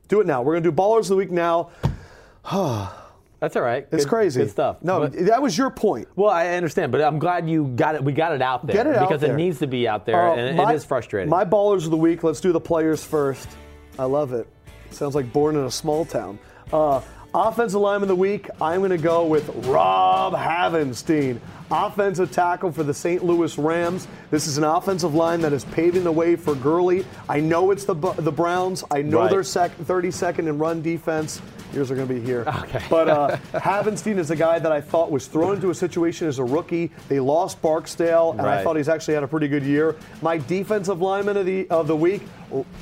S2: Do it now. We're going to do Ballers of the Week now.
S3: That's all right.
S2: It's
S3: Good-
S2: crazy.
S3: Good stuff.
S2: No,
S3: But-
S2: that was your point.
S3: Well, I understand, but I'm glad you got it. We got it out there
S2: Get it out
S3: because
S2: there.
S3: it needs to be out there,
S2: Uh,
S3: and it-
S2: my-
S3: it is frustrating.
S2: My ballers of the week. Let's do the players first. I love it. Sounds like born in a small town. Uh, offensive lineman of the week, I'm going to go with Rob Havenstein, offensive tackle for the St. Louis Rams. This is an offensive line that is paving the way for Gurley. I know it's the Bu- the Browns. I know
S3: Right.
S2: they're sec- 32nd in run defense. Yours are going to be here. Okay. But uh, Havenstein is a guy that I thought was thrown into a situation as a rookie. They lost Barksdale, and I
S3: Right.
S2: thought he's actually had a pretty good year. My defensive lineman of the of the week,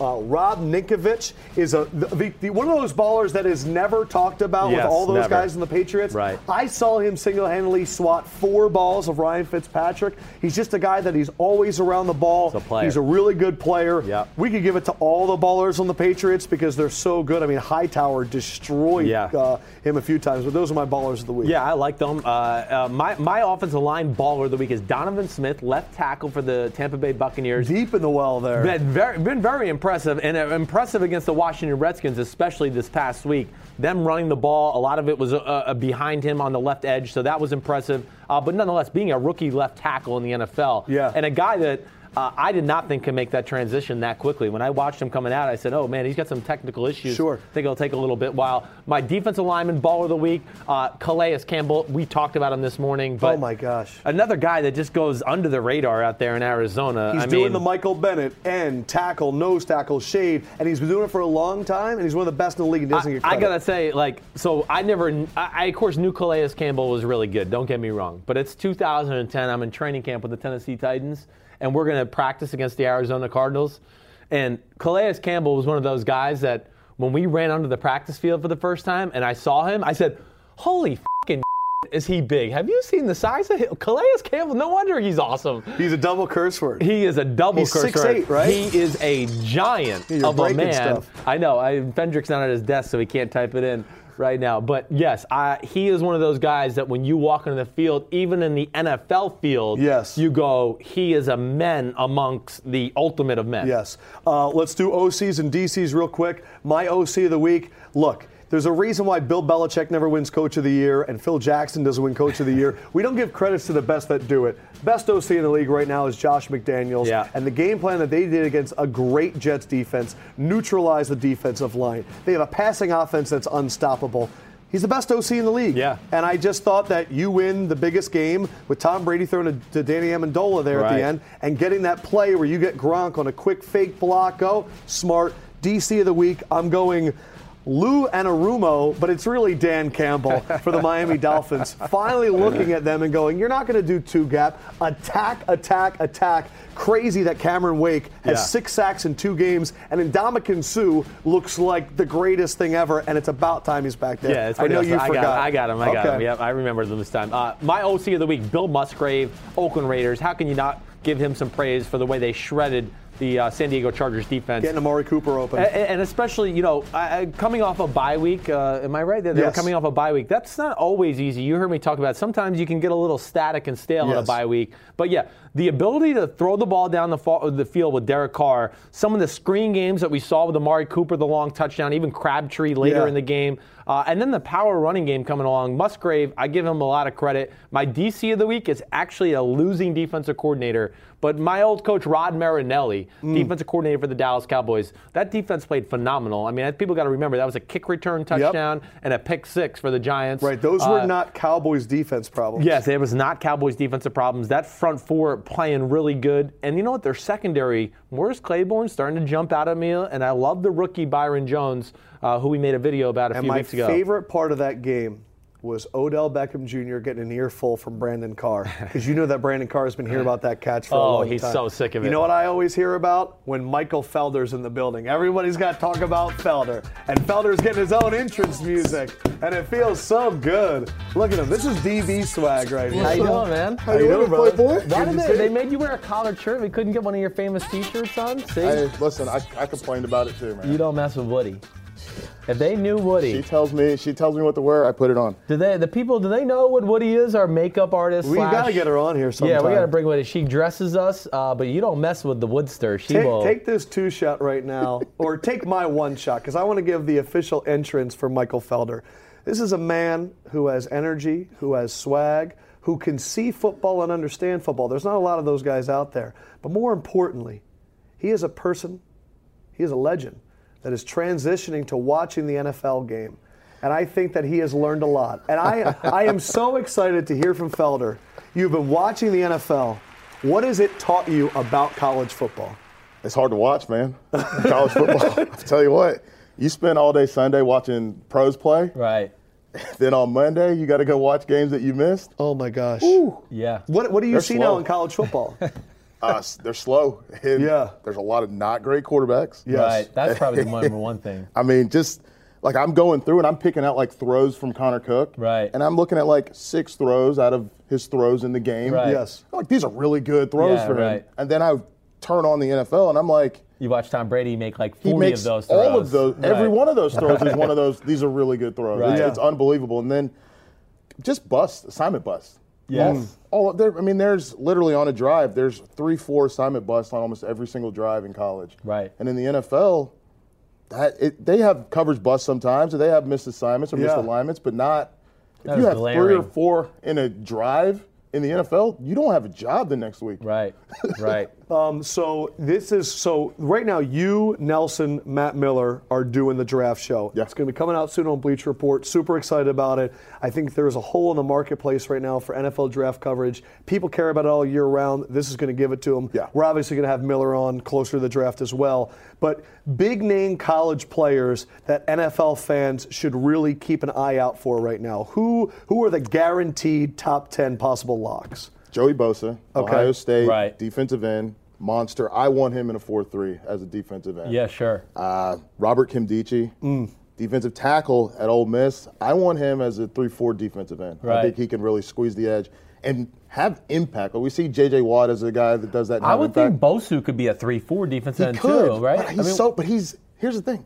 S2: uh, Rob Ninkovich, is a the, the, the- one of those ballers that is never talked about with
S3: Yes,
S2: all those
S3: never.
S2: guys in the Patriots.
S3: Right.
S2: I saw him single-handedly swat four balls of Ryan Fitzpatrick. He's just a guy that he's always around the ball.
S3: He's a player.
S2: He's a really good player.
S3: Yep.
S2: We could give it to all the ballers on the Patriots because they're so good. I mean, Hightower destroyed
S3: Yeah.
S2: uh, him a few times, but those are my ballers of the week.
S3: Yeah, I like them. Uh, uh, my, my offensive line baller of the week is Donovan Smith, left tackle for the Tampa Bay Buccaneers.
S2: Deep in the well there.
S3: Been very, been very impressive, and uh, impressive against the Washington Redskins, especially this past week. Them running the ball, a lot of it was uh, uh, behind him on the left edge, so that was impressive. Uh, but nonetheless, being a rookie left tackle in the NFL,
S2: Yeah.
S3: and a guy that uh, I did not think could make that transition that quickly. When I watched him coming out, I said, "Oh man, he's got some technical issues.
S2: Sure.
S3: I think it'll take a little bit while." My defensive lineman, ball of the week, uh, Calais Campbell. We talked about him this morning. But
S2: Oh my gosh.
S3: Another guy that just goes under the radar out there in Arizona.
S2: He's
S3: I
S2: doing
S3: mean,
S2: the Michael Bennett end, tackle, nose tackle, shade, and he's been doing it for a long time, and he's one of the best in the league. And doesn't
S3: I,
S2: get
S3: I
S2: credit.
S3: gotta say, like, so I never, I, I of course knew Calais Campbell was really good. Don't get me wrong, but it's 2010. I'm in training camp with the Tennessee Titans, and we're gonna practice against the Arizona Cardinals. And Calais Campbell was one of those guys that when we ran onto the practice field for the first time, and I saw him, I said, "Holy fucking is he big? Have you seen the size of him? Calais Campbell? No wonder he's awesome."
S2: He's a double curse word.
S3: He is a double
S2: He's
S3: curse
S2: 6'8",,
S3: word.
S2: right?
S3: He is a giant
S2: you're
S3: of a
S2: breaking
S3: man.
S2: stuff.
S3: I know. I, Fendrick's not at his desk, so he can't type it in right now. But yes, I, he is one of those guys that when you walk into the field, even in the NFL field,
S2: Yes.
S3: you go, he is a man amongst the ultimate of men.
S2: Yes. Uh, let's do OCs and DCs real quick. My OC of the week. Look, there's a reason why Bill Belichick never wins Coach of the Year and Phil Jackson doesn't win Coach of the Year. We don't give credits to the best that do it. Best OC in the league right now is Josh McDaniels.
S3: Yeah.
S2: And the game plan that they did against a great Jets defense neutralized the defensive line. They have a passing offense that's unstoppable. He's the best OC in the league.
S3: Yeah.
S2: And I just thought that you win the biggest game with Tom Brady thrown to, to Danny Amendola there at
S3: Right.
S2: the end and getting that play where you get Gronk on a quick fake block go. Smart. DC of the week. I'm going Lou Anarumo, but it's really Dan Campbell for the Miami Dolphins. Finally looking at them and going, you're not going to do two gap. Attack, attack, attack. Crazy that Cameron Wake has
S3: Yeah.
S2: six sacks in two games, and Indomitian Sue looks like the greatest thing ever, and it's about time he's back there.
S3: Yeah, it's
S2: I know
S3: what he
S2: you
S3: does. I
S2: forgot.
S3: Got, I got him. I got him.
S2: Okay.
S3: Yep, I remember them this time. Uh, my OC of the week, Bill Musgrave, Oakland Raiders. How can you not give him some praise for the way they shredded the uh, San Diego Chargers defense?
S2: Getting Amari Cooper open.
S3: A- a- And especially, you know, I, I- coming off a bye week, uh, am I right? That they were
S2: Yes.
S3: coming off a bye week. That's not always easy. You heard me talk about. it. Sometimes you can get a little static and stale on a
S2: Yes.
S3: bye week. But yeah, the ability to throw the ball down the, fa- the field with Derek Carr, some of the screen games that we saw with Amari Cooper, the long touchdown, even Crabtree later
S2: Yeah.
S3: in the game, uh, and then the power running game coming along. Musgrave, I give him a lot of credit. My DC of the week is actually a losing defensive coordinator, but my old coach Rod Marinelli,
S2: Mm.
S3: defensive coordinator for the Dallas Cowboys, that defense played phenomenal. I mean, people got to remember that was a kick return touchdown and a pick six for the Giants.
S2: Right, those were
S3: Uh,
S2: not Cowboys defense problems.
S3: Yes, it was not Cowboys defensive problems. That front four playing really good. And you know what? Their secondary, Morris Claiborne starting to jump out at me. And I love the rookie Byron Jones, uh, who we made a video about a
S2: And
S3: few
S2: my
S3: weeks ago.
S2: favorite part of that game was Odell Beckham Jr. getting an earful from Brandon Carr because you know that Brandon Carr has been hearing about that catch for a
S3: Oh,
S2: long
S3: he's
S2: time.
S3: so sick of
S2: You
S3: it.
S2: know what I always hear about when Michael Felder's in the building. Everybody's got to talk about Felder, and Felder's getting his own entrance music, and it feels so good. Look at him. This is DB swag right here.
S3: How you doing, man?
S5: How you doing,
S2: brother?
S5: Playboy?
S3: Why
S2: Good
S3: did
S2: to
S3: they,
S2: see
S3: they
S2: you.
S3: made you wear a collared shirt? We couldn't get one of your famous t-shirts on. See?
S5: Hey, listen, I, I complained about it too, man.
S3: you don't mess with Woody. If they knew
S5: She
S3: Woody,
S5: tells me she tells me what to wear. I put it on.
S3: do they? The people, do they know what Woody is? Our makeup artist.
S2: We
S3: slash-
S2: got to get her on here sometime.
S3: Yeah, we got to bring Woody. She dresses us, uh, but you don't mess with the Woodster. She
S2: Take,
S3: will.
S2: take this two shot right now, or take my one shot, because I want to give the official entrance for Michael Felder. This is a man who has energy, who has swag, who can see football and understand football. There's not a lot of those guys out there. But more importantly, he is a person, he is a legend. that is transitioning to watching the NFL game. And I think that he has learned a lot. And I, I am so excited to hear from Felder. You've been watching the NFL. What has it taught you about college football?
S5: It's hard to watch, man. College football. I tell you what, you spend all day Sunday watching pros play.
S3: Right.
S5: Then on Monday, you got to go watch games that you missed.
S2: Oh my gosh.
S3: Yeah.
S2: What, what do you
S5: They're
S2: see
S5: slow.
S2: now in college football?
S5: Uh, they're slow. And
S2: Yeah.
S5: There's a lot of not great quarterbacks.
S2: Yes.
S3: Right. That's probably the number one thing.
S5: I mean, just like I'm going through and I'm picking out like throws from Connor Cook.
S3: Right.
S5: And I'm looking at like six throws out of his throws in the game.
S3: Right.
S2: Yes.
S5: I'm like these are really good throws
S3: Yeah,
S5: for him.
S3: right.
S5: And then I turn on the NFL and I'm like,
S3: You watch Tom Brady make like
S5: he
S3: 40
S5: makes
S3: of those throws.
S5: all of those. Every
S3: Right.
S5: one of those throws is one of those. These are really good throws.
S3: Right.
S5: It's,
S3: Yeah.
S5: it's unbelievable. And then just bust assignment bust.
S3: Yes.
S5: All there. I mean, there's literally on a drive. There's three, four assignment busts on almost every single drive in college.
S3: Right.
S5: And in the NFL, that it, they have coverage busts sometimes, or they have missed assignments or
S2: Yeah.
S5: missed alignments, but not.
S3: That
S5: if you
S3: is
S5: have three or
S3: glaring.
S5: four in a drive in the NFL, you don't have a job the next week.
S3: Right. Right.
S2: Um, so this is so right now. You, Nelson, Matt Miller are doing the draft show.
S5: Yeah.
S2: It's going to be coming out soon on Bleach Report. Super excited about it. I think there's a hole in the marketplace right now for NFL draft coverage. People care about it all year round. This is going to give it to them.
S5: Yeah.
S2: We're obviously going to have Miller on closer to the draft as well. But big name college players that NFL fans should really keep an eye out for right now. Who who are the guaranteed top ten possible locks?
S5: Joey Bosa, Ohio State,
S3: Right.
S5: defensive end, monster. I want him in a 4 3 as a defensive end.
S3: Yeah, sure.
S5: Uh, Robert Kimdichi,
S3: Mm.
S5: defensive tackle at Ole Miss. I want him as a 3 4 defensive end. I
S3: Right.
S5: think he can really squeeze the edge and have impact. Like we see J.J. Watt as a guy that does that. and
S3: I
S5: have
S3: would
S5: impact.
S3: think Bosu could be a 3 4 defense
S5: he
S3: end,
S5: could,
S3: too, right?
S5: But he's
S3: I mean,
S5: so, but he's, here's the thing.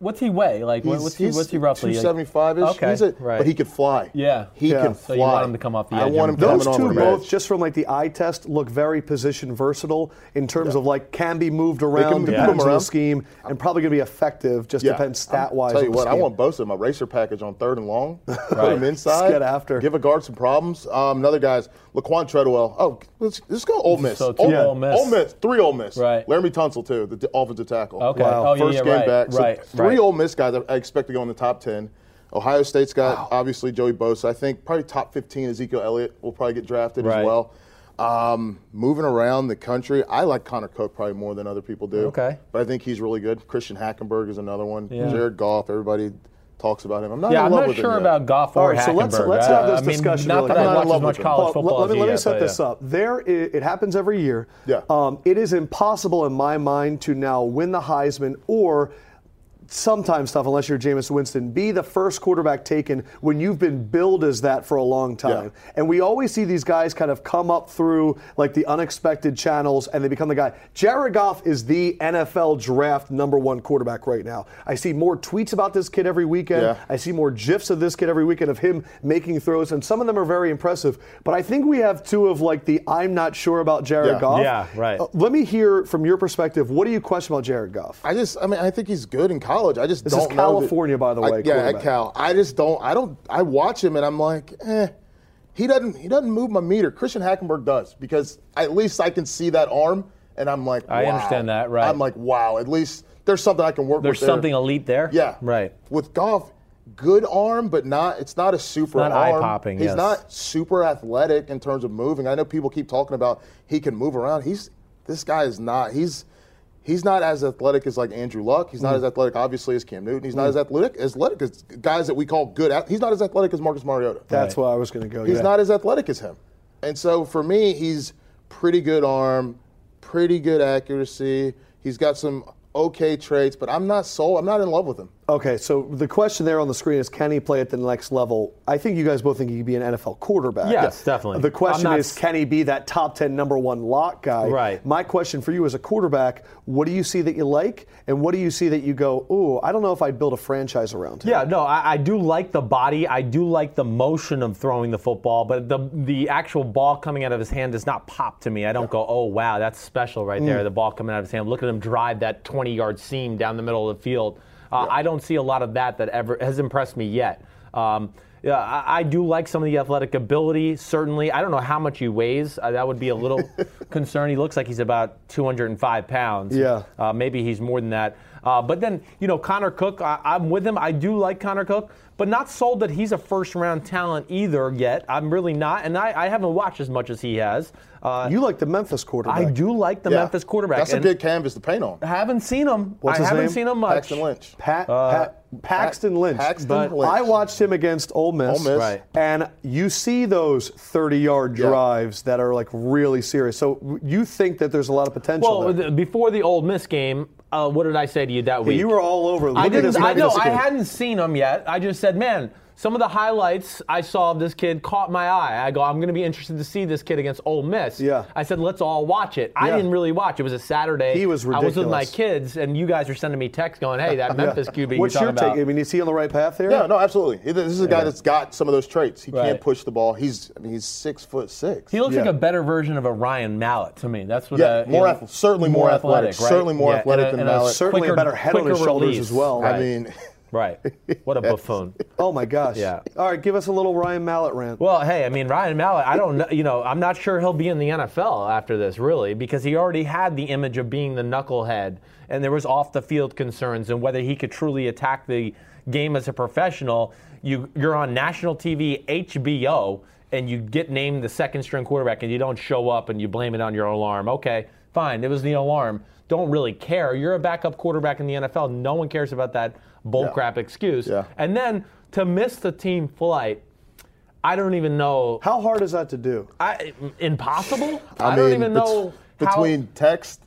S3: what's he weigh? Like, what-
S5: He's,
S3: what's, he,
S5: he's
S3: what's he roughly? like-
S5: 275 ish.
S3: Okay.
S5: He's a,
S3: right.
S5: But he could fly.
S3: Yeah.
S5: He
S3: Yeah.
S5: can fly.
S3: So you want him to come off the
S5: I
S3: edge
S5: want him
S3: and-
S2: Those
S5: coming
S2: two
S5: off the
S2: both,
S5: edge.
S2: just from like the eye test, look very position versatile in terms of like can be moved around,
S5: move
S2: depends
S5: him
S2: on the
S5: around.
S2: scheme, and probably going to be effective. Just depends stat wise.
S5: Tell you what, I want Bosa in my racer package on third and long. Put him inside.
S2: Let's get after.
S5: Give a guard some problems. Um, another guy's Laquan Treadwell. Oh, let's, let's go Ole Miss.
S3: So two Ole Miss.
S5: Ole Miss. Three Ole Miss.
S3: Right.
S5: Laramie Tunsil too, the d- offensive tackle.
S3: Okay. Wow. Oh, yeah,
S5: First
S3: yeah,
S5: game
S3: right,
S5: back. So
S3: right,
S5: Three
S3: right.
S5: Ole Miss guys. I- I expect to go in the top ten. Ohio State's got obviously Joey Bosa. I think probably top fifteen. Ezekiel Elliott will probably get drafted
S3: Right.
S5: as well. Um, moving around the country, I like Connor Cook probably more than other people do.
S3: Okay.
S5: But I think he's really good. Christian Hackenberg is another one.
S3: Yeah.
S5: Jared Goff, everybody talks about him. I'm not
S3: yeah,
S5: in
S3: I'm
S5: love
S3: not
S5: with him
S3: sure
S5: yet.
S3: about Goff
S2: All
S3: or
S2: right, so let's
S3: Hackenberg.
S2: let's
S3: Uh,
S2: have this
S3: I mean,
S2: discussion.
S3: Not
S2: really
S3: that
S2: quick.
S3: I
S5: I'm not in
S3: watch as
S5: love
S3: much
S5: with him.
S3: college
S2: Well,
S3: football
S2: let me,
S3: as
S2: let
S3: he
S2: me
S3: has,
S2: set
S3: but
S2: this
S3: yeah.
S2: up. There, it, it happens every year.
S5: Yeah.
S2: Um, it is impossible in my mind to now win the Heisman or sometimes stuff, unless you're Jameis Winston, be the first quarterback taken when you've been billed as that for a long time.
S5: Yeah.
S2: And we always see these guys kind of come up through like the unexpected channels and they become the guy. Jared Goff is the NFL draft number one quarterback right now. I see more tweets about this kid every weekend.
S5: Yeah.
S2: I see more gifs of this kid every weekend of him making throws, and some of them are very impressive. But I think we have two of like the I'm not sure about Jared
S5: Yeah.
S2: Goff.
S3: Yeah, right.
S2: Uh, let me hear from your perspective. What do you question about Jared Goff?
S5: I just, I mean, I think he's good in college. I just
S2: This is
S5: don't know that-
S2: California, by the
S5: I-
S2: way,
S5: yeah,
S2: quarterback.
S5: at Cal. I just don't. I don't. I watch him and I'm like, eh. He doesn't. He doesn't move my meter. Christian Hackenberg does because at least I can see that arm and I'm like,
S3: I
S5: wow.
S3: understand that, right.
S5: I'm like, wow. At least there's something I can work
S3: There's
S5: with. there.
S3: something elite there?
S5: Yeah.
S3: Right.
S5: With golf, good arm, but not it's not a super
S3: not
S5: arm.
S3: eye-popping,
S5: He's
S3: yes.
S5: not super athletic in terms of moving. I know people keep talking about he can move around. He's this guy is not. He's he's not as athletic as like Andrew Luck. He's not
S3: Mm.
S5: as athletic obviously as Cam Newton. He's not as athletic as athletic as guys that we call good. ath- He's not as athletic as Marcus Mariota.
S2: That's why I was going to go.
S5: He's
S2: yeah.
S5: not as athletic as him. And so for me, he's pretty good arm, pretty good accuracy. He's got some okay traits, but I'm not sold. I'm not in love with him.
S2: Okay, so the question there on the screen is can he play at the next level? I think you guys both think he could be an NFL quarterback.
S3: Yes, Yeah. definitely.
S2: The question
S3: I'm not
S2: is
S3: s-
S2: can he be that top 10 number one lock guy?
S3: Right.
S2: My question for you as a quarterback what do you see that you like, and what do you see that you go, ooh, I don't know if I'd build a franchise around him?
S3: Yeah, no, I, I do like the body. I do like the motion of throwing the football, but the the actual ball coming out of his hand does not pop to me. I don't go, oh wow, that's special right there. The ball coming out of his hand. Look at him drive that 20 yard seam down the middle of the field. Uh, I don't see a lot of that that ever has impressed me yet. Um, yeah, I, I do like some of the athletic ability. Certainly, I don't know how much he weighs. Uh, that would be a little concern. He looks like he's about 205 pounds.
S2: Yeah.
S3: Uh, maybe he's more than that. Uh, but then, you know, Connor Cook, I, I'm with him. I do like Connor Cook, but not sold that he's a first round talent either yet. I'm really not. And I, I haven't watched as much as he has. Uh,
S2: You like the Memphis quarterback.
S3: I do like the
S5: Yeah.
S3: Memphis quarterback.
S5: That's a
S3: and
S5: big canvas to paint on.
S3: I haven't seen him.
S2: What's
S3: I
S2: his
S3: haven't
S2: name?
S3: seen him much.
S5: Paxton Lynch.
S2: Pat,
S3: Uh,
S2: Pat, Paxton Lynch.
S5: Paxton
S2: But
S5: Lynch.
S2: I watched him against Ole Miss,
S5: Ole Miss. Right.
S2: and you see those 30-yard
S5: Yeah.
S2: drives that are like really serious. So w- you think that there's a lot of potential
S3: Well,
S2: there.
S3: th- before the old Miss game, uh, what did I say to you that week?
S2: you were all over. Look
S3: I
S2: at
S3: didn't.
S2: this
S3: I know.
S2: Memphis
S3: I
S2: kid.
S3: hadn't seen him yet. I just said, man, some of the highlights I saw of this kid caught my eye. I go, I'm going to be interested to see this kid against Ole Miss.
S2: Yeah.
S3: I said, let's all watch it. I
S2: Yeah.
S3: didn't really watch. It was a Saturday.
S2: He was
S3: I was with my
S2: ridiculous.
S3: kids, and you guys were sending me texts going, hey, that Memphis QB.
S2: What's
S3: you're
S2: your
S3: talking
S2: take?
S3: about.
S2: I mean, is he on the right path there?
S5: Yeah, no, absolutely. He- This is a guy that's got some of those traits. He
S3: Right.
S5: can't push the ball. He's, I mean, he's six foot six.
S3: He looks
S2: Yeah.
S3: like a better version of a Ryan Mallett to me. That's what.
S5: Yeah,
S3: uh,
S5: more
S3: he-
S5: ath- certainly more athletic,
S3: right?
S5: certainly more athletic than Mallett.
S2: Certainly a better head on his
S3: quicker
S2: shoulders
S3: release.
S2: as well.
S3: Right.
S5: I mean,
S3: right. What a buffoon.
S2: Oh my gosh.
S3: Yeah.
S2: All right, give us a little Ryan Mallett rant.
S3: Well, hey, I mean Ryan Mallett. I don't know. You know, I'm not sure he'll be in the NFL after this, really, because he already had the image of being the knucklehead, and there was off the field concerns and whether he could truly attack the game as a professional. You you're on national TV, HBO, and you get named the second string quarterback, and you don't show up, and you blame it on your alarm. Okay, fine, it was the alarm. Don't really care. You're a backup quarterback in the NFL. No one cares about that bullcrap excuse.
S5: Yeah.
S3: And then to miss the team flight. I don't even know.
S2: How hard is that to do?
S3: I, impossible? I,
S5: I,
S3: don't
S5: mean,
S3: even
S5: bet-
S3: know how-
S5: between text,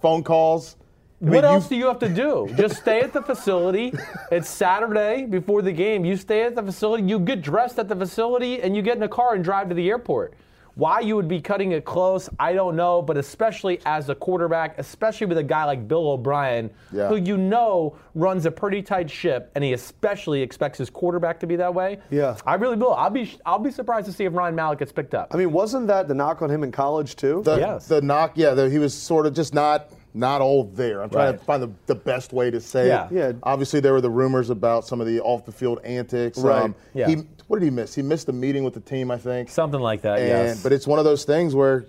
S5: phone calls. I mean,
S3: what
S5: you-
S3: else do you have to do? Just stay at the facility. It's Saturday before the game. You stay at the facility. You get dressed at the facility, and you get in a car and drive to the airport. Why you would be cutting it close, I don't know. But especially as a quarterback, especially with a guy like Bill O'Brien,
S5: Yeah.
S3: who you know runs a pretty tight ship, and he especially expects his quarterback to be that way.
S2: Yeah.
S3: I really will. I'll be I'll be surprised to see if Ryan Mallett gets picked up.
S2: I mean, wasn't that the knock on him in college too?
S5: The,
S3: Yes.
S5: the knock, yeah, the, he was sort of just not not all there. I'm trying
S3: Right.
S5: to find the, the best way to say
S3: Yeah.
S5: it.
S2: Yeah.
S5: Obviously, there were the rumors about some of the off the field antics. Um,
S2: Right.
S3: Yeah.
S5: He, what did he miss? He missed the meeting with the team, I think.
S3: Something like that,
S5: And-
S3: yes.
S5: But it's one of those things where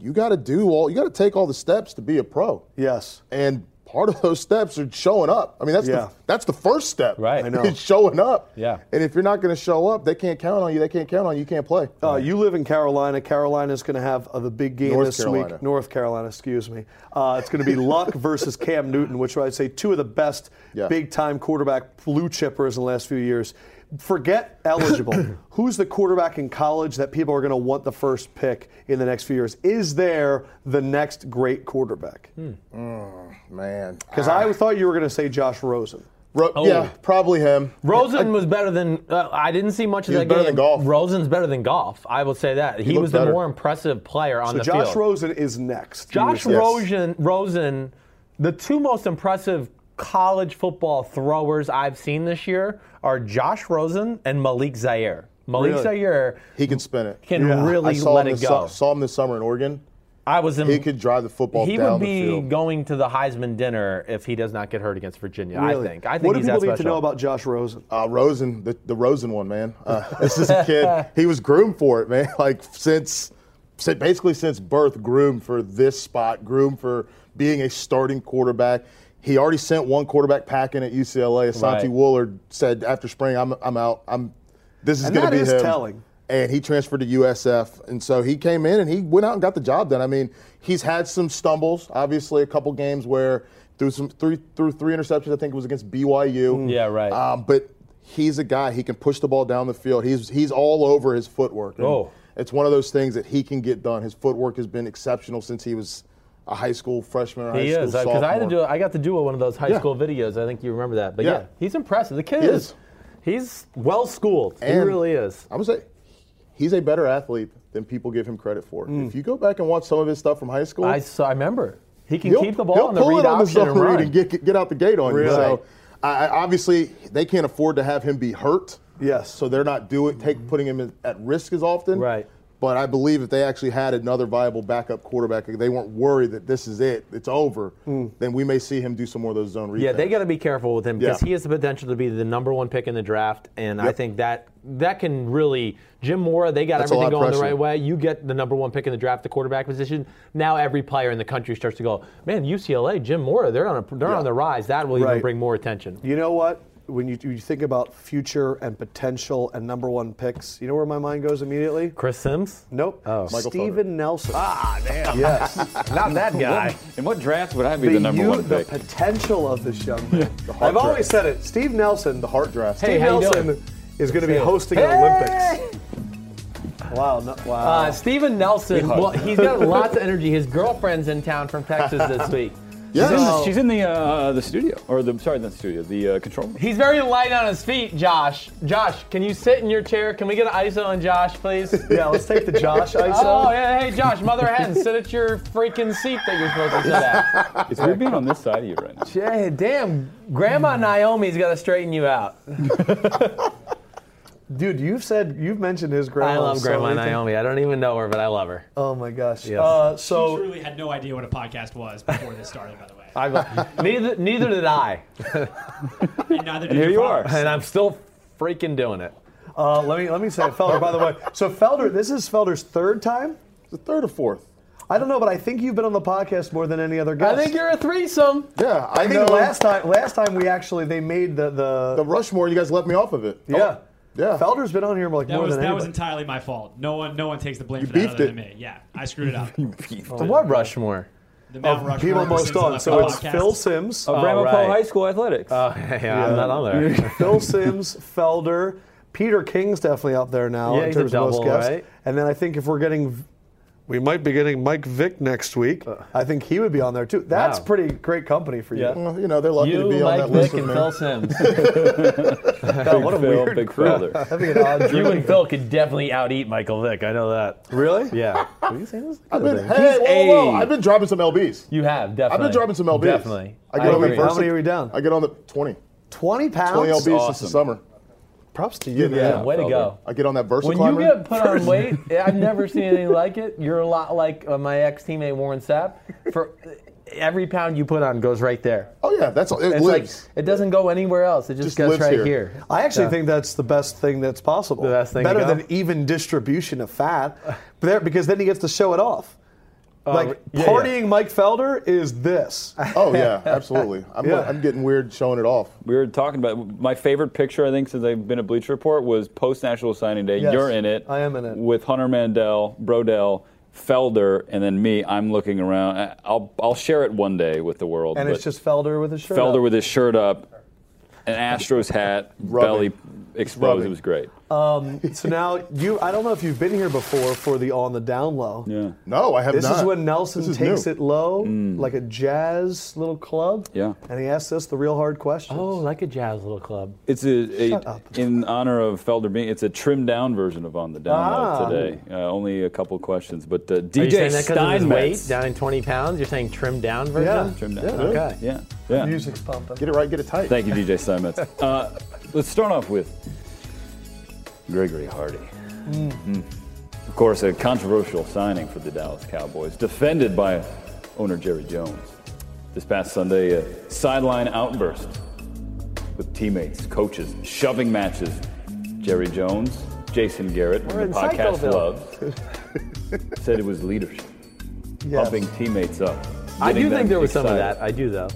S5: you got to do all, you got to take all the steps to be a pro.
S2: yes.
S5: And part of those steps are showing up. I mean, that's
S2: Yeah.
S5: the that's the first step.
S3: Right. I know.
S5: It's showing up.
S3: Yeah.
S5: And if you're not going to show up, they can't count on you. They can't count on you. You can't play.
S2: Uh, You live in Carolina. Carolina's going to have uh, the big game
S5: North
S2: this
S5: Carolina.
S2: week. North Carolina, excuse me. Uh, it's going to be Luck versus Cam Newton, which I'd say two of the best
S5: Yeah.
S2: big time quarterback blue chippers in the last few years. Forget eligible. Who's the quarterback in college that people are going to want the first pick in the next few years? Is there the next great quarterback?
S5: Hmm. Oh, Man. Ah.
S2: Because I thought you were going to say Josh Rosen.
S5: Ro-
S3: oh.
S5: Yeah, probably him.
S3: Rosen was better than uh, I didn't see much of
S5: He was
S3: that
S5: better
S3: game.
S5: than Goff.
S3: Rosen's better than golf. I will say that he,
S5: looked
S3: was the
S5: better.
S3: more impressive player on
S2: So
S3: the
S2: Josh
S3: field.
S2: Rosen is next.
S3: Josh
S5: Yes.
S3: Rosen, Rosen, the two most impressive college football throwers I've seen this year are Josh Rosen and Malik Zaire. Malik
S2: Really?
S3: Zaire
S5: He can spin it.
S3: can
S5: I
S3: really
S5: saw
S3: let
S5: him
S3: it
S5: this
S3: go.
S5: su- saw him this summer in Oregon.
S3: I was in,
S5: He could drive the football
S3: He
S5: down
S3: would be
S5: the field.
S3: going to the Heisman dinner if he does not get hurt against Virginia. I think. I think
S2: what do
S3: he's
S2: people
S3: that
S2: need to
S3: special.
S2: know about Josh Rosen?
S5: Uh, Rosen, the, the Rosen one, man. Uh, this is a kid. He was groomed for it, man. Like since, since basically since birth, groomed for this spot, groomed for being a starting quarterback. He already sent one quarterback packing at UCLA. Asante
S3: Right.
S5: Woolard said after spring, "I'm I'm out. I'm this is
S2: And
S5: going to
S2: that
S5: be
S2: is
S5: him."
S2: telling.
S5: And he transferred to USF, and so he came in and he went out and got the job done. I mean, he's had some stumbles, obviously, a couple games where threw some three threw three interceptions. I think it was against
S2: Mm.
S5: BYU.
S3: Yeah, right.
S5: Um, but he's a guy. He can push the ball down the field. He's he's all over his footwork. And
S3: Oh.
S5: it's one of those things that he can get done. His footwork has been exceptional since he was a high school freshman. Or high
S3: He
S5: school
S3: is because I had to
S5: sophomore.
S3: do. I got to do one of those high
S5: Yeah.
S3: school videos. I think you remember that. But yeah,
S5: Yeah.
S3: he's impressive. The kid
S5: He
S3: is.
S5: is.
S3: He's well schooled. He
S5: And-
S3: really is.
S5: I'm gonna say he's a better athlete than people give him credit for. If you go back and watch some of his stuff from high school,
S3: Hmm. I saw, I remember. He can
S5: he'll,
S3: keep the ball
S5: he'll
S3: on the
S5: pull
S3: read
S5: it on the
S3: option
S5: zone
S3: and run.
S5: read and get get out the gate on
S2: Really?
S5: you. So I, I- obviously they can't afford to have him be hurt.
S2: Yes.
S5: So they're not doing take putting him in, at risk as often.
S3: Right.
S5: But I believe if they actually had another viable backup quarterback, if they weren't worried that this is it, it's over, then we may see him do some more of those zone reads.
S3: Hmm. Yeah, they got to be careful with him because
S5: Yeah.
S3: he has the potential to be the number one pick in the draft, and I
S5: Yep.
S3: think that that can really Jim Mora. They got
S5: That's a
S3: everything
S5: lot of
S3: going the
S5: pressure.
S3: right way. You get the number one pick in the draft, the quarterback position. Now every player in the country starts to go, man, UCLA, Jim Mora, they're on a, they're on the rise. That will even
S2: Right.
S3: bring more attention.
S2: You know what? When you, you think about future and potential and number one picks, you know where my mind goes immediately?
S3: Chris Sims.
S2: Nope.
S3: Oh.
S5: Michael Fulmer.
S2: Steven Nelson.
S6: Ah, damn.
S2: Yes.
S6: Not that guy. In what draft would I be the, number
S2: you-
S6: one
S2: the
S6: pick?
S2: potential of this young man. I've
S5: heart
S2: always said it. Steve Nelson, the heart
S5: draft.
S2: Steve
S3: Hey, how you
S2: Nelson
S3: doing?
S2: is going to be hosting an Olympics. Wow! No, wow!
S3: Uh, Steven Nelson, well, he's got lots of energy. His girlfriend's in town from Texas this week.
S6: She's in
S2: Oh.
S6: the,
S5: Yes.
S6: she's in the, uh, the studio, or the sorry, not the studio, the uh, control room.
S3: He's very light on his feet, Josh. Josh, can you sit in your chair? Can we get an ISO on Josh, please?
S2: yeah, let's take the Josh ISO.
S3: Oh, yeah, hey, Josh, Mother Hen, sit at your freaking seat that you're supposed to sit at.
S2: Ah,
S6: It's weird being on this side of you right now.
S3: Yeah, damn,
S2: Hmm.
S3: Grandma Naomi's got to straighten you out.
S2: Oh, Dude, you've said you've mentioned his grandma.
S3: I love
S2: so
S3: Grandma
S2: many times.
S3: Naomi. I don't even know her, but I love her.
S2: Oh my gosh!
S3: Yes.
S2: Uh,
S4: I
S2: so
S4: truly had no idea what a podcast was before this started, by the way.
S3: I love, neither, neither did I,
S4: And neither did
S6: here
S4: your
S6: you
S4: father.
S3: and I'm still freaking doing it.
S2: uh, let me let me say Felder. By the way, so Felder, this is Felder's third time.
S5: The third or fourth.
S2: I don't know, but I think you've been on the podcast more than any other guest.
S3: I think you're a threesome.
S5: Yeah, I,
S2: I
S5: know.
S2: think last time, last time we actually they made the the,
S5: the Rushmore, you guys left me off of it.
S2: yeah
S5: Yeah.
S2: Felder's been on here like
S4: That
S2: more
S4: was
S2: than
S4: that was
S2: anybody.
S4: entirely my fault. No one no one takes the blame
S5: You
S4: for that
S5: beefed
S4: other
S5: it.
S4: than me. Yeah, I screwed it up.
S3: What Rushmore?
S4: The Mount Rushmore.
S2: Oh, People
S4: of
S2: most
S4: Simpsons
S2: on.
S4: Left
S2: So it's
S4: podcast.
S2: Phil Sims,
S3: Oh,
S6: Grandma
S3: right.
S6: Paul High School athletics.
S2: Uh,
S3: Oh, yeah, I'm not on there.
S2: Phil Sims, Felder, Peter King's definitely up there now
S3: Yeah,
S2: in
S3: he's a
S2: terms of most
S3: double,
S2: guests.
S3: right?
S2: And then I think if we're getting, we might be getting Mike Vick next week. I think he would be on there too. That's
S3: Uh. Wow.
S2: pretty great company for you.
S3: Yeah.
S5: Well, Oh, you know, they're lucky to
S3: You,
S5: be
S3: Mike
S5: on that list
S3: Vick,
S5: with
S3: and
S5: me.
S3: Phil Sims.
S2: God, what a
S6: Phil,
S2: weird
S6: big
S2: crew.
S6: brother.
S2: That'd be an odd
S3: you
S2: dream.
S3: and Phil could definitely out-eat Michael Vick. I know that.
S2: Really?
S3: Yeah. Have you seen this?
S5: I've been, hey, whoa, whoa,
S3: a-
S5: I've been dropping some LBs.
S3: You have definitely.
S5: I've been dropping some LBs.
S3: Definitely.
S5: I get on the
S3: agree.
S5: first.
S2: How many are we down?
S5: I get on the 20.
S2: 20 pounds?
S5: 20 LBs since
S6: awesome.
S5: the summer.
S2: Props to you,
S5: Yeah.
S2: man.
S3: Yeah, way to
S6: Felder.
S3: go.
S5: I get on that Versa
S3: When you
S5: climber.
S3: get put on weight, I've never seen anything like it. You're a lot like uh, my ex-teammate Warren Sapp. For every pound you put on goes right there.
S5: oh yeah, that's all. It
S3: It's
S5: lives.
S3: like it doesn't go anywhere else. It just,
S5: Just
S3: goes
S5: lives
S3: right here.
S5: here.
S2: I actually
S3: Yeah.
S2: think that's the best thing that's possible.
S3: The best thing to
S2: Better
S3: go?
S2: than even distribution of fat, But there- because then he gets to show it off. like
S3: yeah, yeah.
S2: partying Mike Felder is this.
S5: oh yeah, absolutely. I'm,
S2: Yeah.
S5: I'm getting weird showing it off.
S6: We were talking about my favorite picture. I think since I've been at Bleacher Report was post National Signing Day.
S2: Yes,
S6: You're in it.
S2: I am in it.
S6: with Hunter Mandel, Brodell, Felder, and then me. I'm looking around. I- I'll I'll share it one day with the world.
S2: And
S6: but
S2: it's just Felder with his shirt.
S6: Felder
S2: up.
S6: with his shirt up, an Astros hat,
S5: Rubbing.
S6: belly exposed.
S5: rubbing.
S6: It was great.
S2: so now you. I don't know if you've been here before for the on the down low.
S6: yeah,
S5: No, I have
S2: This
S5: not.
S2: is when Nelson
S5: This is
S2: takes
S5: new.
S2: it low, like a jazz little club.
S6: Yeah.
S2: And he asks us the real hard questions.
S3: Oh, like a jazz little club.
S6: it's a,
S2: Shut
S6: a
S2: up.
S6: in honor of Felder being. It's a trimmed down version of on the download
S2: Ah.
S6: today. Uh, only a couple questions, but uh,
S3: Are you saying
S6: DJ
S3: that because of his weight,
S6: Steinmetz.
S3: down in 20 pounds? You're saying trimmed down version?
S2: Yeah.
S6: Trimmed
S2: Yeah.
S6: down.
S3: Okay.
S6: Yeah, yeah.
S2: Music's pumping.
S5: Get it right, get it tight.
S6: Thank you, DJ Steinmetz. Uh, let's start off with Gregory Hardy. Mm. Of course, a controversial signing for the Dallas Cowboys, defended by owner Jerry Jones. This past Sunday, a sideline outburst with teammates, coaches, shoving matches. Jerry Jones, Jason Garrett,
S3: We're
S6: who
S3: in
S6: the podcast
S3: Psychoville.
S6: loves, said it was leadership,
S2: Yes.
S6: pumping teammates up.
S3: I do
S6: getting them
S3: think there was some of
S6: excited.
S3: that. I do though.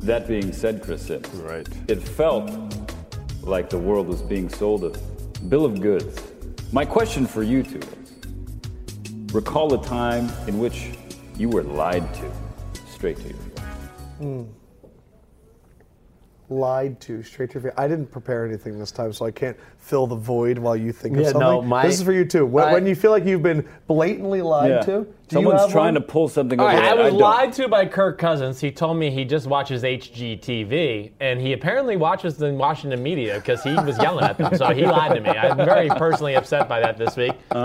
S6: That being said, Chris Sims,
S3: Right.
S6: it felt like the world was being sold a bill of goods. My question for you two is recall a time in which you were lied to straight to your face.
S2: lied to straight to your face. I didn't prepare anything this time, so I can't fill the void while you think of
S3: Yeah, no,
S2: something.
S3: my-
S2: this is for you too. When,
S3: I-
S2: when you feel like you've been blatantly lied to, do you
S6: Someone's
S2: have one?
S6: trying to pull something
S3: All
S6: over
S3: right, I
S6: that
S3: was
S6: don't.
S3: lied to by Kirk Cousins. He told me he just watches HGTV, and he apparently watches the Washington media because he was yelling at them. So he lied to me. I'm very personally upset by that this week. you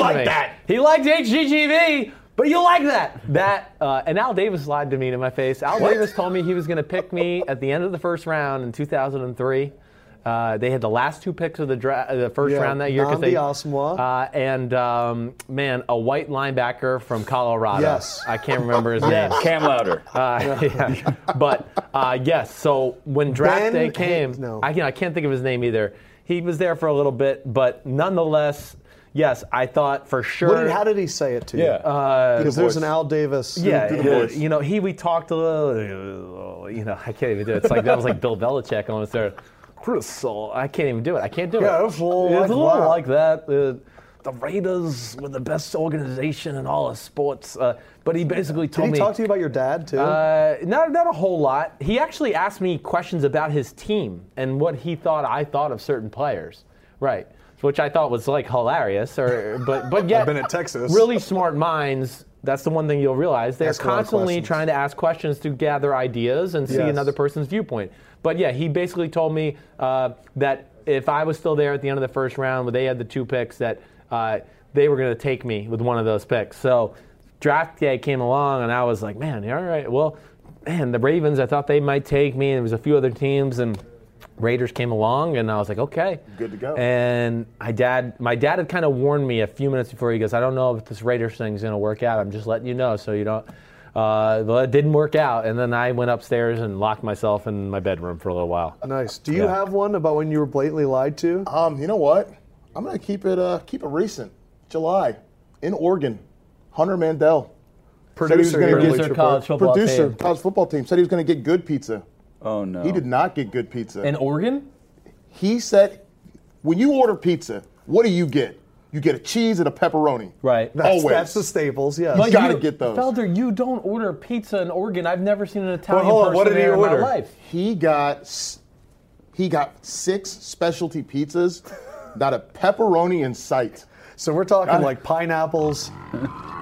S5: like that.
S3: He liked HGTV, but you like that. That uh, and Al Davis lied to me to my face. Al Davis told me he was going to pick me at the end of the first round in 2003. Uh, they had the last two picks of the dra- uh, the first
S2: Yeah,
S3: round that year. 'cause they-
S2: Nnamdi Asamoah.
S3: Uh, and um, man, a white linebacker from Colorado.
S2: Yes.
S3: I can't remember his name.
S6: Cam Louder.
S3: Uh, yeah. But uh, yes, so when draft
S2: Ben
S3: day
S2: Hay-
S3: came,
S2: no.
S3: I, can, I can't think of his name either. He was there for a little bit, but nonetheless, yes, I thought for sure.
S2: What did, how did he say it to you?
S6: yeah.
S2: Because
S5: Good
S2: there's
S5: voice.
S2: an Al Davis.
S3: yeah,
S6: the
S3: yeah,
S6: voice.
S3: you know, he we talked a little. You know, I can't even do it. It's like that was like Bill Belichick almost there. Chris, oh, I can't even do it. I can't do it.
S2: Yeah, it's a little
S3: It's
S2: like that.
S3: like that. Uh, the Raiders were the best organization in all of sports. Uh, but he basically told
S2: Did he
S3: me
S2: talk to you about your dad too?
S3: uh, not not a whole lot. He actually asked me questions about his team and what he thought I thought of certain players, right? Which I thought was like hilarious, or but but yet
S2: been at Texas.
S3: Really smart minds. That's the one thing you'll realize they're
S2: Ask a lot of
S3: constantly
S2: questions.
S3: trying to ask questions to gather ideas and see
S2: Yes.
S3: another person's viewpoint. But yeah, he basically told me uh, that if I was still there at the end of the first round, where they had the two picks, that uh, they were going to take me with one of those picks. So draft day came along, and I was like, man, all right, well, man, the Ravens, I thought they might take me, and there was a few other teams, and Raiders came along, and I was like, okay,
S5: Good to go.
S3: And my dad, my dad had kind of warned me a few minutes before. He goes, I don't know if this Raiders thing's gonna work out. I'm just letting you know, so you don't. Uh, well, it didn't work out, and then I went upstairs and locked myself in my bedroom for a little while.
S2: nice. Do you
S3: yeah.
S2: have one about when you were blatantly lied to?
S5: Um, you know what? I'm gonna keep it uh, keep it recent. July in Oregon, Hunter Mandel, Producer gonna get-
S3: Producer, college football
S5: producer,
S3: team.
S5: college football team, said he was gonna get good pizza.
S6: oh no.
S5: He did not get good pizza.
S3: in Oregon.
S5: he said, when you order pizza, what do you get? You get a cheese and a pepperoni.
S3: Right.
S2: That's,
S5: Always.
S2: that's the staples. Yes.
S5: But gotta get those.
S3: Felder. You don't order pizza in Oregon. I've never seen an Italian
S2: hold on,
S3: person
S2: what did he
S3: there in
S2: order?
S3: my life.
S5: He got s- he got six specialty pizzas, not a pepperoni in sight.
S2: so we're talking like pineapples.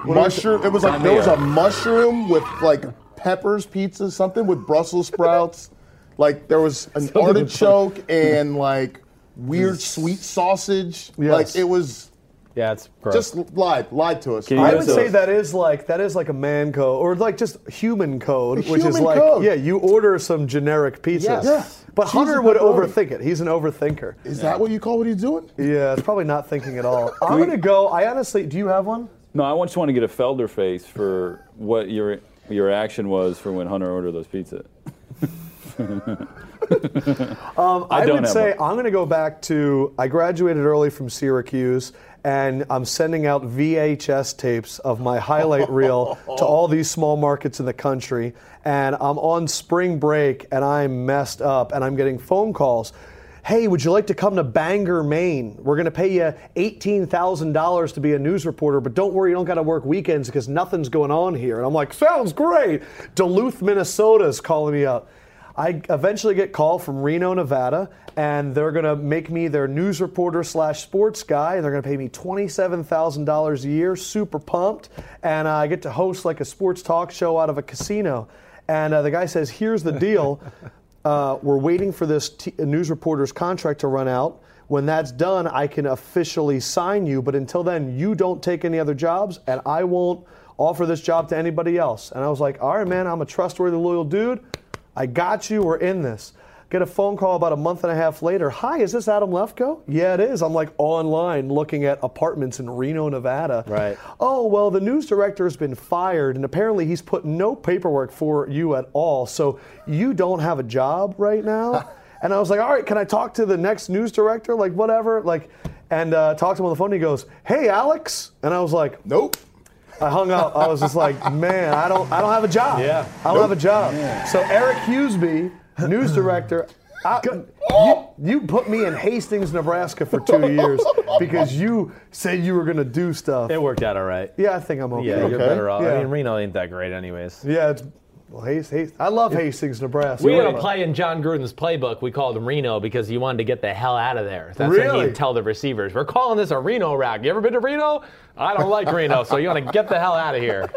S5: Mushroom. It was like there was a mushroom with like peppers pizza, something with Brussels sprouts. like there was an artichoke and like weird sweet sausage.
S2: Yes.
S5: Like it was
S3: Yeah, it's gross.
S5: just lied, lied to us.
S6: Can you
S2: I
S6: Yeah,
S2: would
S6: so-
S2: say that is like that is like a man code or like just human code, which is
S5: Human
S2: like
S5: code.
S2: yeah, you order some generic pizzas.
S3: Yes. Yeah.
S2: But
S5: Cheese
S2: Hunter
S5: and
S2: would
S5: pepperoni.
S2: overthink it. He's an overthinker.
S5: Is that what you call what he's doing?
S2: Yeah, it's probably not thinking at all. I'm gonna go. I honestly, do you have one?
S6: No, I just want to get a Felder face for what your your reaction was for when Hunter ordered those pizza.
S2: I,
S6: don't
S2: would
S6: have
S2: say
S6: one.
S2: I'm going to go back to I graduated early from Syracuse and I'm sending out VHS tapes of my highlight reel to all these small markets in the country and I'm on spring break and I'm messed up and I'm getting phone calls. Hey, would you like to come to Bangor, Maine? We're going to pay you $18,000 to be a news reporter, but don't worry, you don't got to work weekends because nothing's going on here. And I'm like, sounds great. Duluth, Minnesota is calling me up. I eventually get called from Reno, Nevada, and they're going to make me their news reporter slash sports guy. And they're going to pay me $27,000 a year, super pumped. And I get to host like a sports talk show out of a casino. And uh, the guy says, Here's the deal. uh, we're waiting for this t- news reporter's contract to run out. When that's done, I can officially sign you. But until then, you don't take any other jobs, and I won't offer this job to anybody else. And I was like, All right, man, I'm a trustworthy, loyal dude. I got you. We're in this. Get a phone call about a month and a half later. Hi, is this Adam Lefko? Yeah, it is. I'm like online looking at apartments in Reno, Nevada.
S3: Right.
S2: Oh, well, the news director has been fired, and apparently he's put no paperwork for you at all. So you don't have a job right now. and I was like, all right, can I talk to the next news director? Like, whatever. Like, and uh, talked to him on the phone. And he goes, hey, Alex. And I was like,
S5: Nope.
S2: I hung up. I was just like, man, I don't, I don't have a job.
S3: Yeah.
S2: I don't have a job. So Eric Hughesby, news director, I, you, you put me in Hastings, Nebraska for two years because you said you were going to do stuff.
S3: it worked out all right.
S2: Yeah, I think I'm okay.
S3: Yeah, you're
S5: Okay.
S3: better off.
S2: Yeah.
S3: I mean, Reno ain't that great, anyways.
S2: Yeah, it's well, Hast, Hast, I love Hastings, Nebraska.
S3: We
S2: What
S3: had a
S2: about-
S3: play in John Gruden's playbook. We called him Reno because he wanted to get the hell out of there. That's what
S2: Really?
S3: he'd tell the receivers. We're calling this a Reno route. You ever been to Reno? I don't like Reno, so you want to get the hell out of here.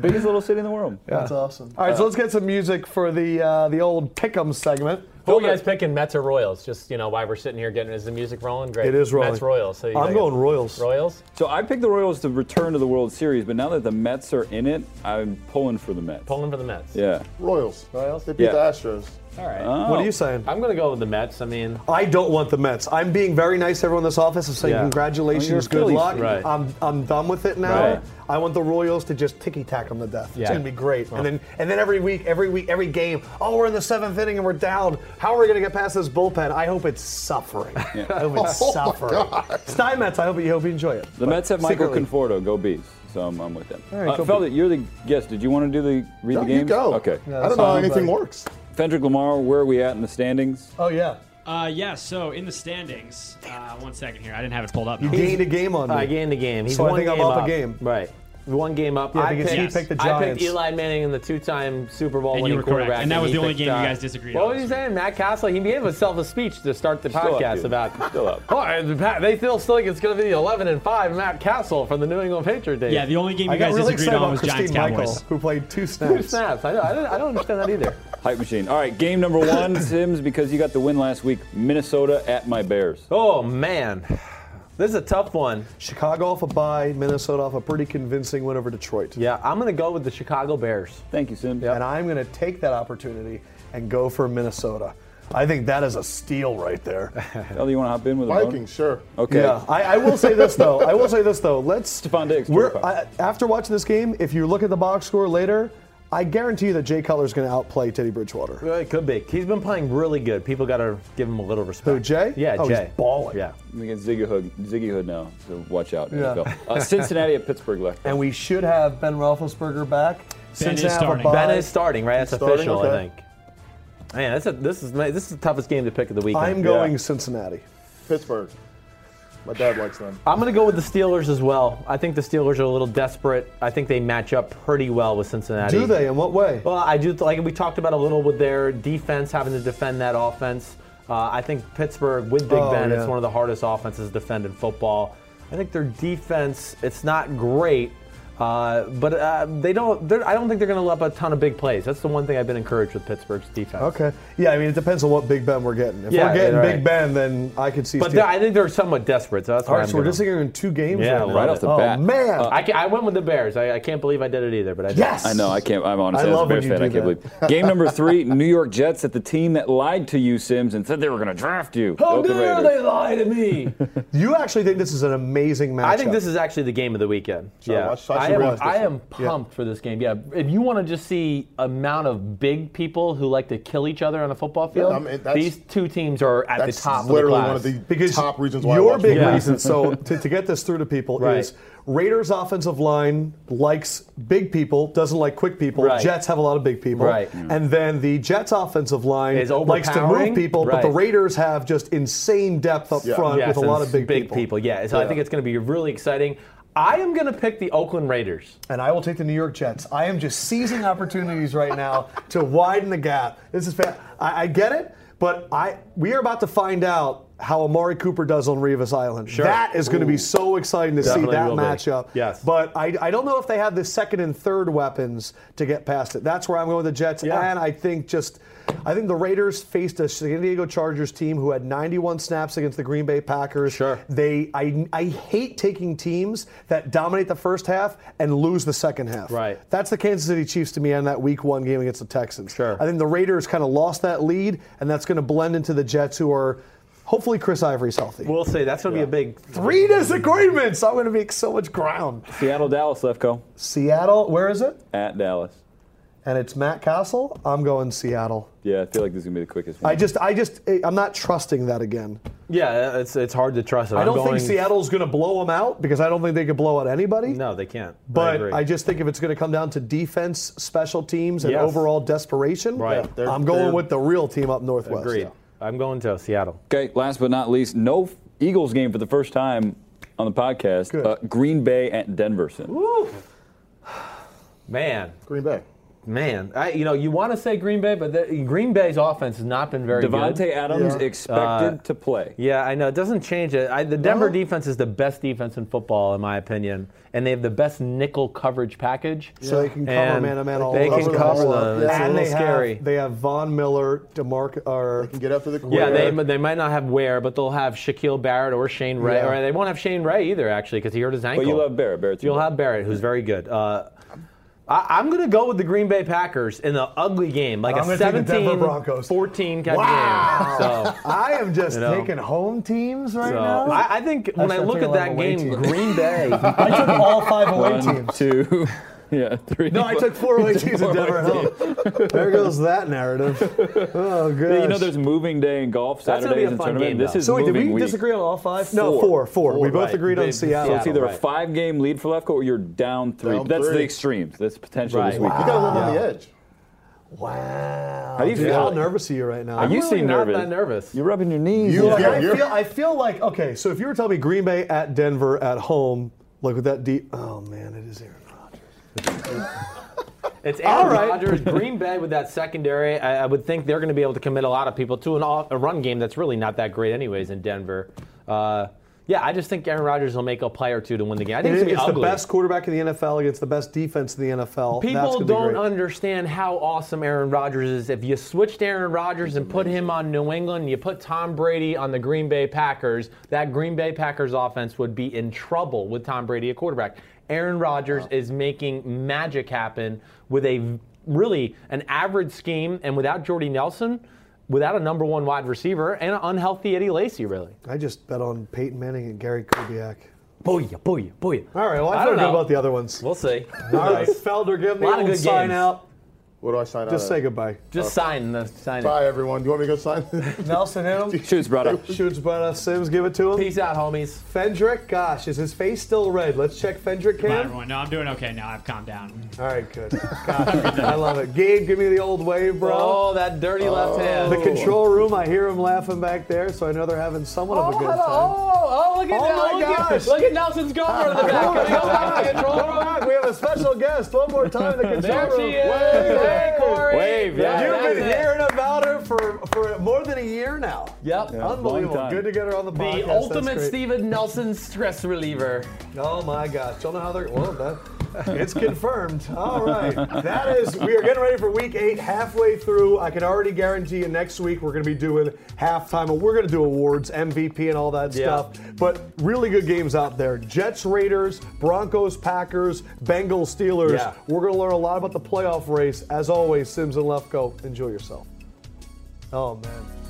S6: Biggest little city in the world.
S5: That's awesome.
S2: All right, so let's get some music for the uh, the old pick'em segment.
S3: Who are you guys picking, Mets or Royals? Just, you know, why we're sitting here getting, is the music rolling? Great.
S2: It is rolling.
S3: Mets, Royals. So you
S2: I'm
S3: think
S2: going
S3: it's-
S2: Royals.
S3: Royals?
S6: So I picked the Royals to return to the World Series, but now that the Mets are in it, I'm pulling for the Mets.
S3: Pulling for the Mets.
S6: Yeah. Oh.
S5: Royals.
S3: Royals?
S5: They beat
S6: Yeah.
S5: the Astros.
S4: All right.
S2: What are you saying?
S3: I'm going to go with the Mets. I mean,
S2: I don't want the Mets. I'm being very nice to everyone in this office of saying
S3: Yeah.
S2: congratulations,
S6: I mean, you're a
S2: good
S6: Phillies
S2: luck.
S6: fan.
S3: Right.
S2: I'm, I'm done with it now.
S6: Right.
S2: I want the Royals to just ticky tack them to death. It's
S3: Yeah.
S2: gonna be great. And then and then every week, every week, every game, oh we're in the seventh inning and we're down. How are we gonna get past this bullpen? I hope it's suffering. I hope it's suffering. Stein Mets, I hope you hope you enjoy it.
S6: The
S2: But
S6: Mets have Michael
S2: secretly-
S6: Conforto. Go Bees. So I'm, I'm with them. All
S2: right,
S6: uh,
S2: go
S6: Felder, you're the guest. Did you want to do the read
S5: No,
S6: the
S5: you
S6: games?
S5: go.
S6: Okay.
S2: Yeah.
S5: I don't know how anything works.
S6: Fendrick Lamar, where are we at in the standings?
S2: Oh yeah.
S4: Uh, yeah, so in the standings, uh, one second here. I didn't have it pulled up.
S2: You
S4: now.
S2: gained a game on me.
S3: I gained the game. He's
S2: So I
S3: one
S2: think I'm
S3: game
S2: up a game.
S3: Right. One game up.
S2: Yeah,
S3: I
S2: because
S3: picked,
S2: he
S4: Yes.
S2: picked the
S3: I
S2: Giants.
S3: picked Eli Manning in the two-time Super Bowl
S4: And you
S3: winning
S4: were correct.
S3: quarterback.
S4: And that was
S3: he
S4: the only
S3: picked, uh,
S4: game you guys disagreed
S3: What
S4: on.
S3: was he saying? Matt Castle. He gave himself a speech to start the
S6: Still up,
S3: podcast
S6: dude.
S3: about.
S6: Still up.
S3: Oh, and Pat- they still still think it's going to be 11 and five. Matt Castle from the New England Patriot days.
S4: Yeah, the only game
S2: I
S4: you
S2: got
S4: guys
S2: really
S4: disagreed
S2: excited
S4: on
S2: about
S4: was
S2: Christine
S4: Giants
S2: Michael,
S4: Cowboys.
S2: who played two
S3: Two
S2: snaps.
S3: snaps. I don't, I don't, I don't understand that either.
S6: Hype machine. All right, game number one, Sims, because you got the win last week. Minnesota at my Bears.
S3: Oh man, this is a tough one.
S2: Chicago off a bye, Minnesota off a pretty convincing win over Detroit.
S3: Yeah, I'm going to go with the Chicago Bears.
S6: Thank you, Sims.
S2: and I'm going to take that opportunity and go for Minnesota. I think that is a steal right there.
S6: Felder, you want to hop in with a bone?
S5: Vikings, sure.
S6: Okay.
S2: I, I will say this though. I will say this though. Let's.
S6: Stephon Diggs,
S2: We're,
S6: 25.
S2: I, after watching this game, if you look at the box score later, I guarantee you that Jay Cutler's going to outplay Teddy Bridgewater.
S3: Well, it could be. He's been playing really good. People got to give him a little respect.
S2: Who, Jay?
S3: Yeah,
S2: Oh, he's
S3: Jay.
S2: balling.
S3: Yeah.
S6: We get Ziggy Hood, Ziggy Hood now, so watch out.
S2: Yeah.
S6: NFL. Uh, Cincinnati at Pittsburgh left.
S2: And we should have Ben Roethlisberger back.
S4: is
S2: I have a
S4: starting.
S2: bye,
S3: Ben is starting, right? That's
S2: He's starting,
S3: official, I
S2: okay.
S3: think. Man, that's a, this is this is the toughest game to pick of the weekend.
S2: I'm going Cincinnati.
S5: Pittsburgh. My dad likes them.
S3: I'm going to go with the Steelers as well. I think the Steelers are a little desperate. I think they match up pretty well with Cincinnati.
S2: Do they? In what way?
S3: Well, I do. Like we talked about a little with their defense having to defend that offense. Uh, I think Pittsburgh with Big
S2: Oh,
S3: Ben,
S2: yeah.
S3: it's one of the hardest offenses to defend in football. I think their defense, it's not great, uh, but uh, they don't. they're- I don't think they're going to let up a ton of big plays. That's the one thing I've been encouraged with Pittsburgh's defense.
S2: Okay. Yeah, I mean, it depends on what Big Ben we're getting. If
S3: Yeah,
S2: we're getting
S3: right.
S2: Big Ben, then I could see.
S3: But
S2: Steel-
S3: they're- I think they're somewhat desperate. So that's
S2: All
S3: why
S2: right,
S3: I'm
S2: so we're
S3: gonna-
S2: disagreeing in two games
S3: Yeah,
S2: right now.
S6: right off the
S2: oh,
S6: bat.
S2: man.
S3: I, ca- I went with the Bears. I, I can't believe I did it either, but I did.
S2: yes.
S6: I know. I can't. I'm honestly
S2: I
S6: as a
S2: love when
S6: Bears
S2: you
S6: fan. I
S2: do
S6: can't believe. Game number three: New York Jets at the team that lied to you, Sims, and said they were going to draft you.
S3: How
S6: Oakland
S3: dare
S6: Raiders.
S3: they lie to me?
S2: You actually think this is an amazing matchup?
S3: I think this is actually the game of the weekend.
S5: I
S3: yeah,
S5: watch- should I
S3: am,
S5: watch this
S3: I am
S2: Yeah.
S3: pumped for this game. Yeah, if you want to just see amount of big people who like to kill each other on a football field,
S5: Yeah, I mean, that's-
S3: these two teams are at the
S5: That's
S3: top.
S5: literally
S3: of the class.
S5: one of the
S2: because
S5: top reasons why I
S2: your
S5: watch
S2: big
S3: football. Yeah.
S2: reason. So to, to get this through to people
S3: Right.
S2: is Raiders offensive line likes big people, doesn't like quick people.
S3: Right.
S2: Jets have a lot of big people, Mm.
S3: Right.
S2: And then the Jets offensive line
S3: Is
S2: likes to move
S3: overpowering.
S2: people, but the
S3: Right.
S2: Raiders have just insane depth up
S5: Yeah.
S2: front
S3: Yes,
S2: with a
S3: and
S2: lot of big,
S3: people. Yeah, so I think it's going to be really exciting. I am going to pick the Oakland Raiders.
S2: And I will take the New York Jets. I am just seizing opportunities right now to widen the gap. This is fa- I, I get it, but I we are about to find out how Amari Cooper does on Revis Island.
S3: Sure.
S2: That is going to be so exciting to
S3: Definitely
S2: see that
S3: will be.
S2: matchup.
S3: Yes.
S2: But I, I don't know if they have the second and third weapons to get past it. That's where I'm going with the Jets.
S3: Yeah.
S2: And I think just I think the Raiders faced a San Diego Chargers team who had 91 snaps against the Green Bay Packers.
S3: Sure.
S2: They I I hate taking teams that dominate the first half and lose the second half.
S3: Right.
S2: That's the Kansas City Chiefs to me on that week one game against the Texans.
S3: Sure.
S2: I think the Raiders kind of lost that lead, and that's going to blend into the Jets who are hopefully Chris Ivory's healthy.
S3: We'll say that's going to be a big
S2: Three disagreements. I'm going to make so much ground.
S6: Seattle, Dallas, Lefko
S2: Seattle, where is it?
S6: at Dallas.
S2: And it's Matt Castle. I'm going Seattle.
S6: Yeah, I feel like this is going to be the quickest one.
S2: I just, I just, eh, I'm not trusting that again.
S3: Yeah, it's it's hard to trust.
S2: I don't think Seattle's going to blow them out because I don't think they could blow out anybody.
S3: No, they can't.
S2: But
S3: agree.
S2: I, just think if it's going to come down to defense, special teams, and
S3: Yes.
S2: overall desperation,
S3: Right. Yeah,
S5: they're-
S2: I'm going
S5: they're-
S2: with the real team up northwest.
S3: agreed. I'm going to Seattle.
S6: okay, last but not least, no Eagles game for the first time on the podcast.
S2: Good.
S6: Uh, Green Bay at Denver. Sims.
S3: Man,
S5: Green Bay.
S3: Man, I, you know, you want to say Green Bay, but the, Green Bay's offense has not been very
S6: Devontae
S3: good.
S6: Adams
S5: Yeah.
S2: Uh,
S6: expected to play.
S3: Yeah, I know. It doesn't change it. I, the Denver defense is the best defense in football, in my opinion, and they have the best nickel coverage package.
S2: So they can cover
S3: And
S2: man-to-man all
S3: They
S2: over
S3: can
S2: the
S3: cover
S2: whole-
S3: them.
S5: Yeah.
S3: It's
S5: And
S3: a little
S2: they
S3: scary.
S2: Have, they have Von Miller, DeMarc, or
S5: Can get after the
S3: yeah, they,
S5: quarterback.
S3: they might not have Ware, but they'll have Shaquille Barrett or Shane Ray.
S2: Yeah.
S3: Or they won't have Shane Ray either, actually, because he hurt his ankle.
S6: But you love Barrett. Barrett's your
S3: You'll
S6: guy.
S3: have Barrett, who's very good. Uh, I, I'm going to go with the Green Bay Packers in an ugly game, like
S2: I'm gonna
S3: a
S2: take the Denver
S3: 17
S2: Broncos.
S3: 14 kind
S2: Wow.
S3: of game. So,
S2: I am just
S3: You know.
S2: taking home teams right
S3: so
S2: now.
S3: I, I think when
S2: Actually,
S3: I
S2: I
S3: look
S2: think
S3: at
S2: I
S3: that
S2: like away
S3: game,
S2: teams.
S3: Green Bay.
S2: I took all five away
S6: One,
S2: teams.
S6: two, yeah, three.
S2: No, I took four away teams in
S6: Four
S2: Denver at
S6: away
S2: home. There goes that narrative. Oh, good.
S6: You know, there's moving day in golf
S3: That's gonna be
S6: Saturdays
S3: a
S6: and
S3: fun
S6: tournament.
S3: game,
S6: this
S3: though.
S6: is
S2: so wait, did
S6: moving
S2: we
S6: week.
S2: disagree on all five? No,
S6: Four.
S2: four, four. we both
S3: right.
S2: agreed on
S3: Big-
S2: Seattle.
S6: So it's
S3: Seattle.
S6: either a
S3: right.
S6: five-game lead for Lefko or you're down three.
S5: Down
S6: That's the
S5: three.
S6: extremes. That's potential
S3: Right.
S6: this week.
S5: You got to live on the edge.
S2: Wow.
S6: How do you
S2: Dude,
S6: feel?
S2: How nervous are you right now?
S6: Are you
S3: really
S6: seem
S3: not
S6: nervous?
S3: that nervous.
S6: You're rubbing your knees.
S5: You-
S6: Yeah.
S5: yeah.
S2: I, feel, I feel like, okay, so if you were telling me Green Bay at Denver at home, like with that deep, oh man, it is Aaron Rodgers.
S3: It's Aaron
S2: All right.
S3: Rodgers, Green Bay with that secondary. I, I would think they're going to be able to commit a lot of people to an all, a run game that's really not that great, anyways, in Denver. Uh, yeah, I just think Aaron Rodgers will make a play or two to win the game. I think it's
S2: It-
S3: going
S2: it's
S3: to be
S2: the
S3: ugly.
S2: best quarterback in the NFL against the best defense in the NFL. That's
S3: People
S2: gonna be
S3: don't
S2: great.
S3: understand how awesome Aaron Rodgers is. If you switched Aaron Rodgers and put him on New England, you put Tom Brady on the Green Bay Packers, that Green Bay Packers offense would be in trouble with Tom Brady at quarterback. Aaron Rodgers is making magic happen with a v- really an average scheme and without Jordy Nelson, without a number one wide receiver, and an unhealthy Eddie Lacy, really.
S2: I just bet on Peyton Manning and Gary Kubiak.
S3: Booyah, booyah, booyah.
S2: All right, well,
S3: I
S2: I feel
S3: don't
S2: good
S3: know.
S2: about the other ones.
S3: We'll see.
S2: All right, Felder, give me
S3: Lot
S2: a
S3: of good
S2: sign
S3: games.
S2: out. Uh,
S5: What do I sign
S2: Just
S5: out?
S2: say
S5: at?
S2: goodbye.
S3: Just sign the sign. it.
S5: Bye, everyone. Do you want me to go sign?
S2: Nelson him.
S6: Shoots brought up.
S2: Shoots about us. uh, Sims, give it to him.
S3: Peace out, homies.
S2: Fendrick, gosh, is his face still red? Let's check Fendrick,
S4: Bye,
S2: Cam.
S4: everyone. No, I'm doing okay now. I've calmed down.
S2: All right, good. Gosh, I love it. Gabe, give me the old wave, bro.
S3: Oh, that dirty left hand.
S2: The control room, I hear him laughing back there, so I know they're having somewhat of a good
S3: Oh, hello.
S2: time.
S3: Oh, oh, look at
S2: Oh,
S3: that.
S2: my
S3: look,
S2: gosh.
S3: At, look at Nelson's girlfriend in the back. Can we go back to the control
S2: Come
S3: room?
S2: back. We have a special guest. One more time, the control
S3: There she
S2: room.
S3: is.
S2: Wave.
S3: Hey, Corey.
S6: Wave, yeah.
S3: That's
S2: You've been
S3: it.
S2: hearing about her for, for more than a year now.
S3: Yep. Yeah,
S2: Unbelievable.
S6: long time.
S2: Good to get her on the
S3: The
S2: podcast. That's
S3: ultimate
S2: great.
S3: Steven Nelson stress reliever.
S2: Oh my gosh! Don't know how they're. Well, that it's confirmed. All right, that is. We are getting ready for week eight. Halfway through, I can already guarantee you. Next week, we're going to be doing halftime, and we're going to do awards, MVP, and all that
S3: Yeah.
S2: stuff. But really good games out there: Jets, Raiders, Broncos, Packers, Bengals, Steelers.
S3: Yeah.
S2: We're going to learn a lot about the playoff race. As always, Sims and Lefko, enjoy yourself. Oh man.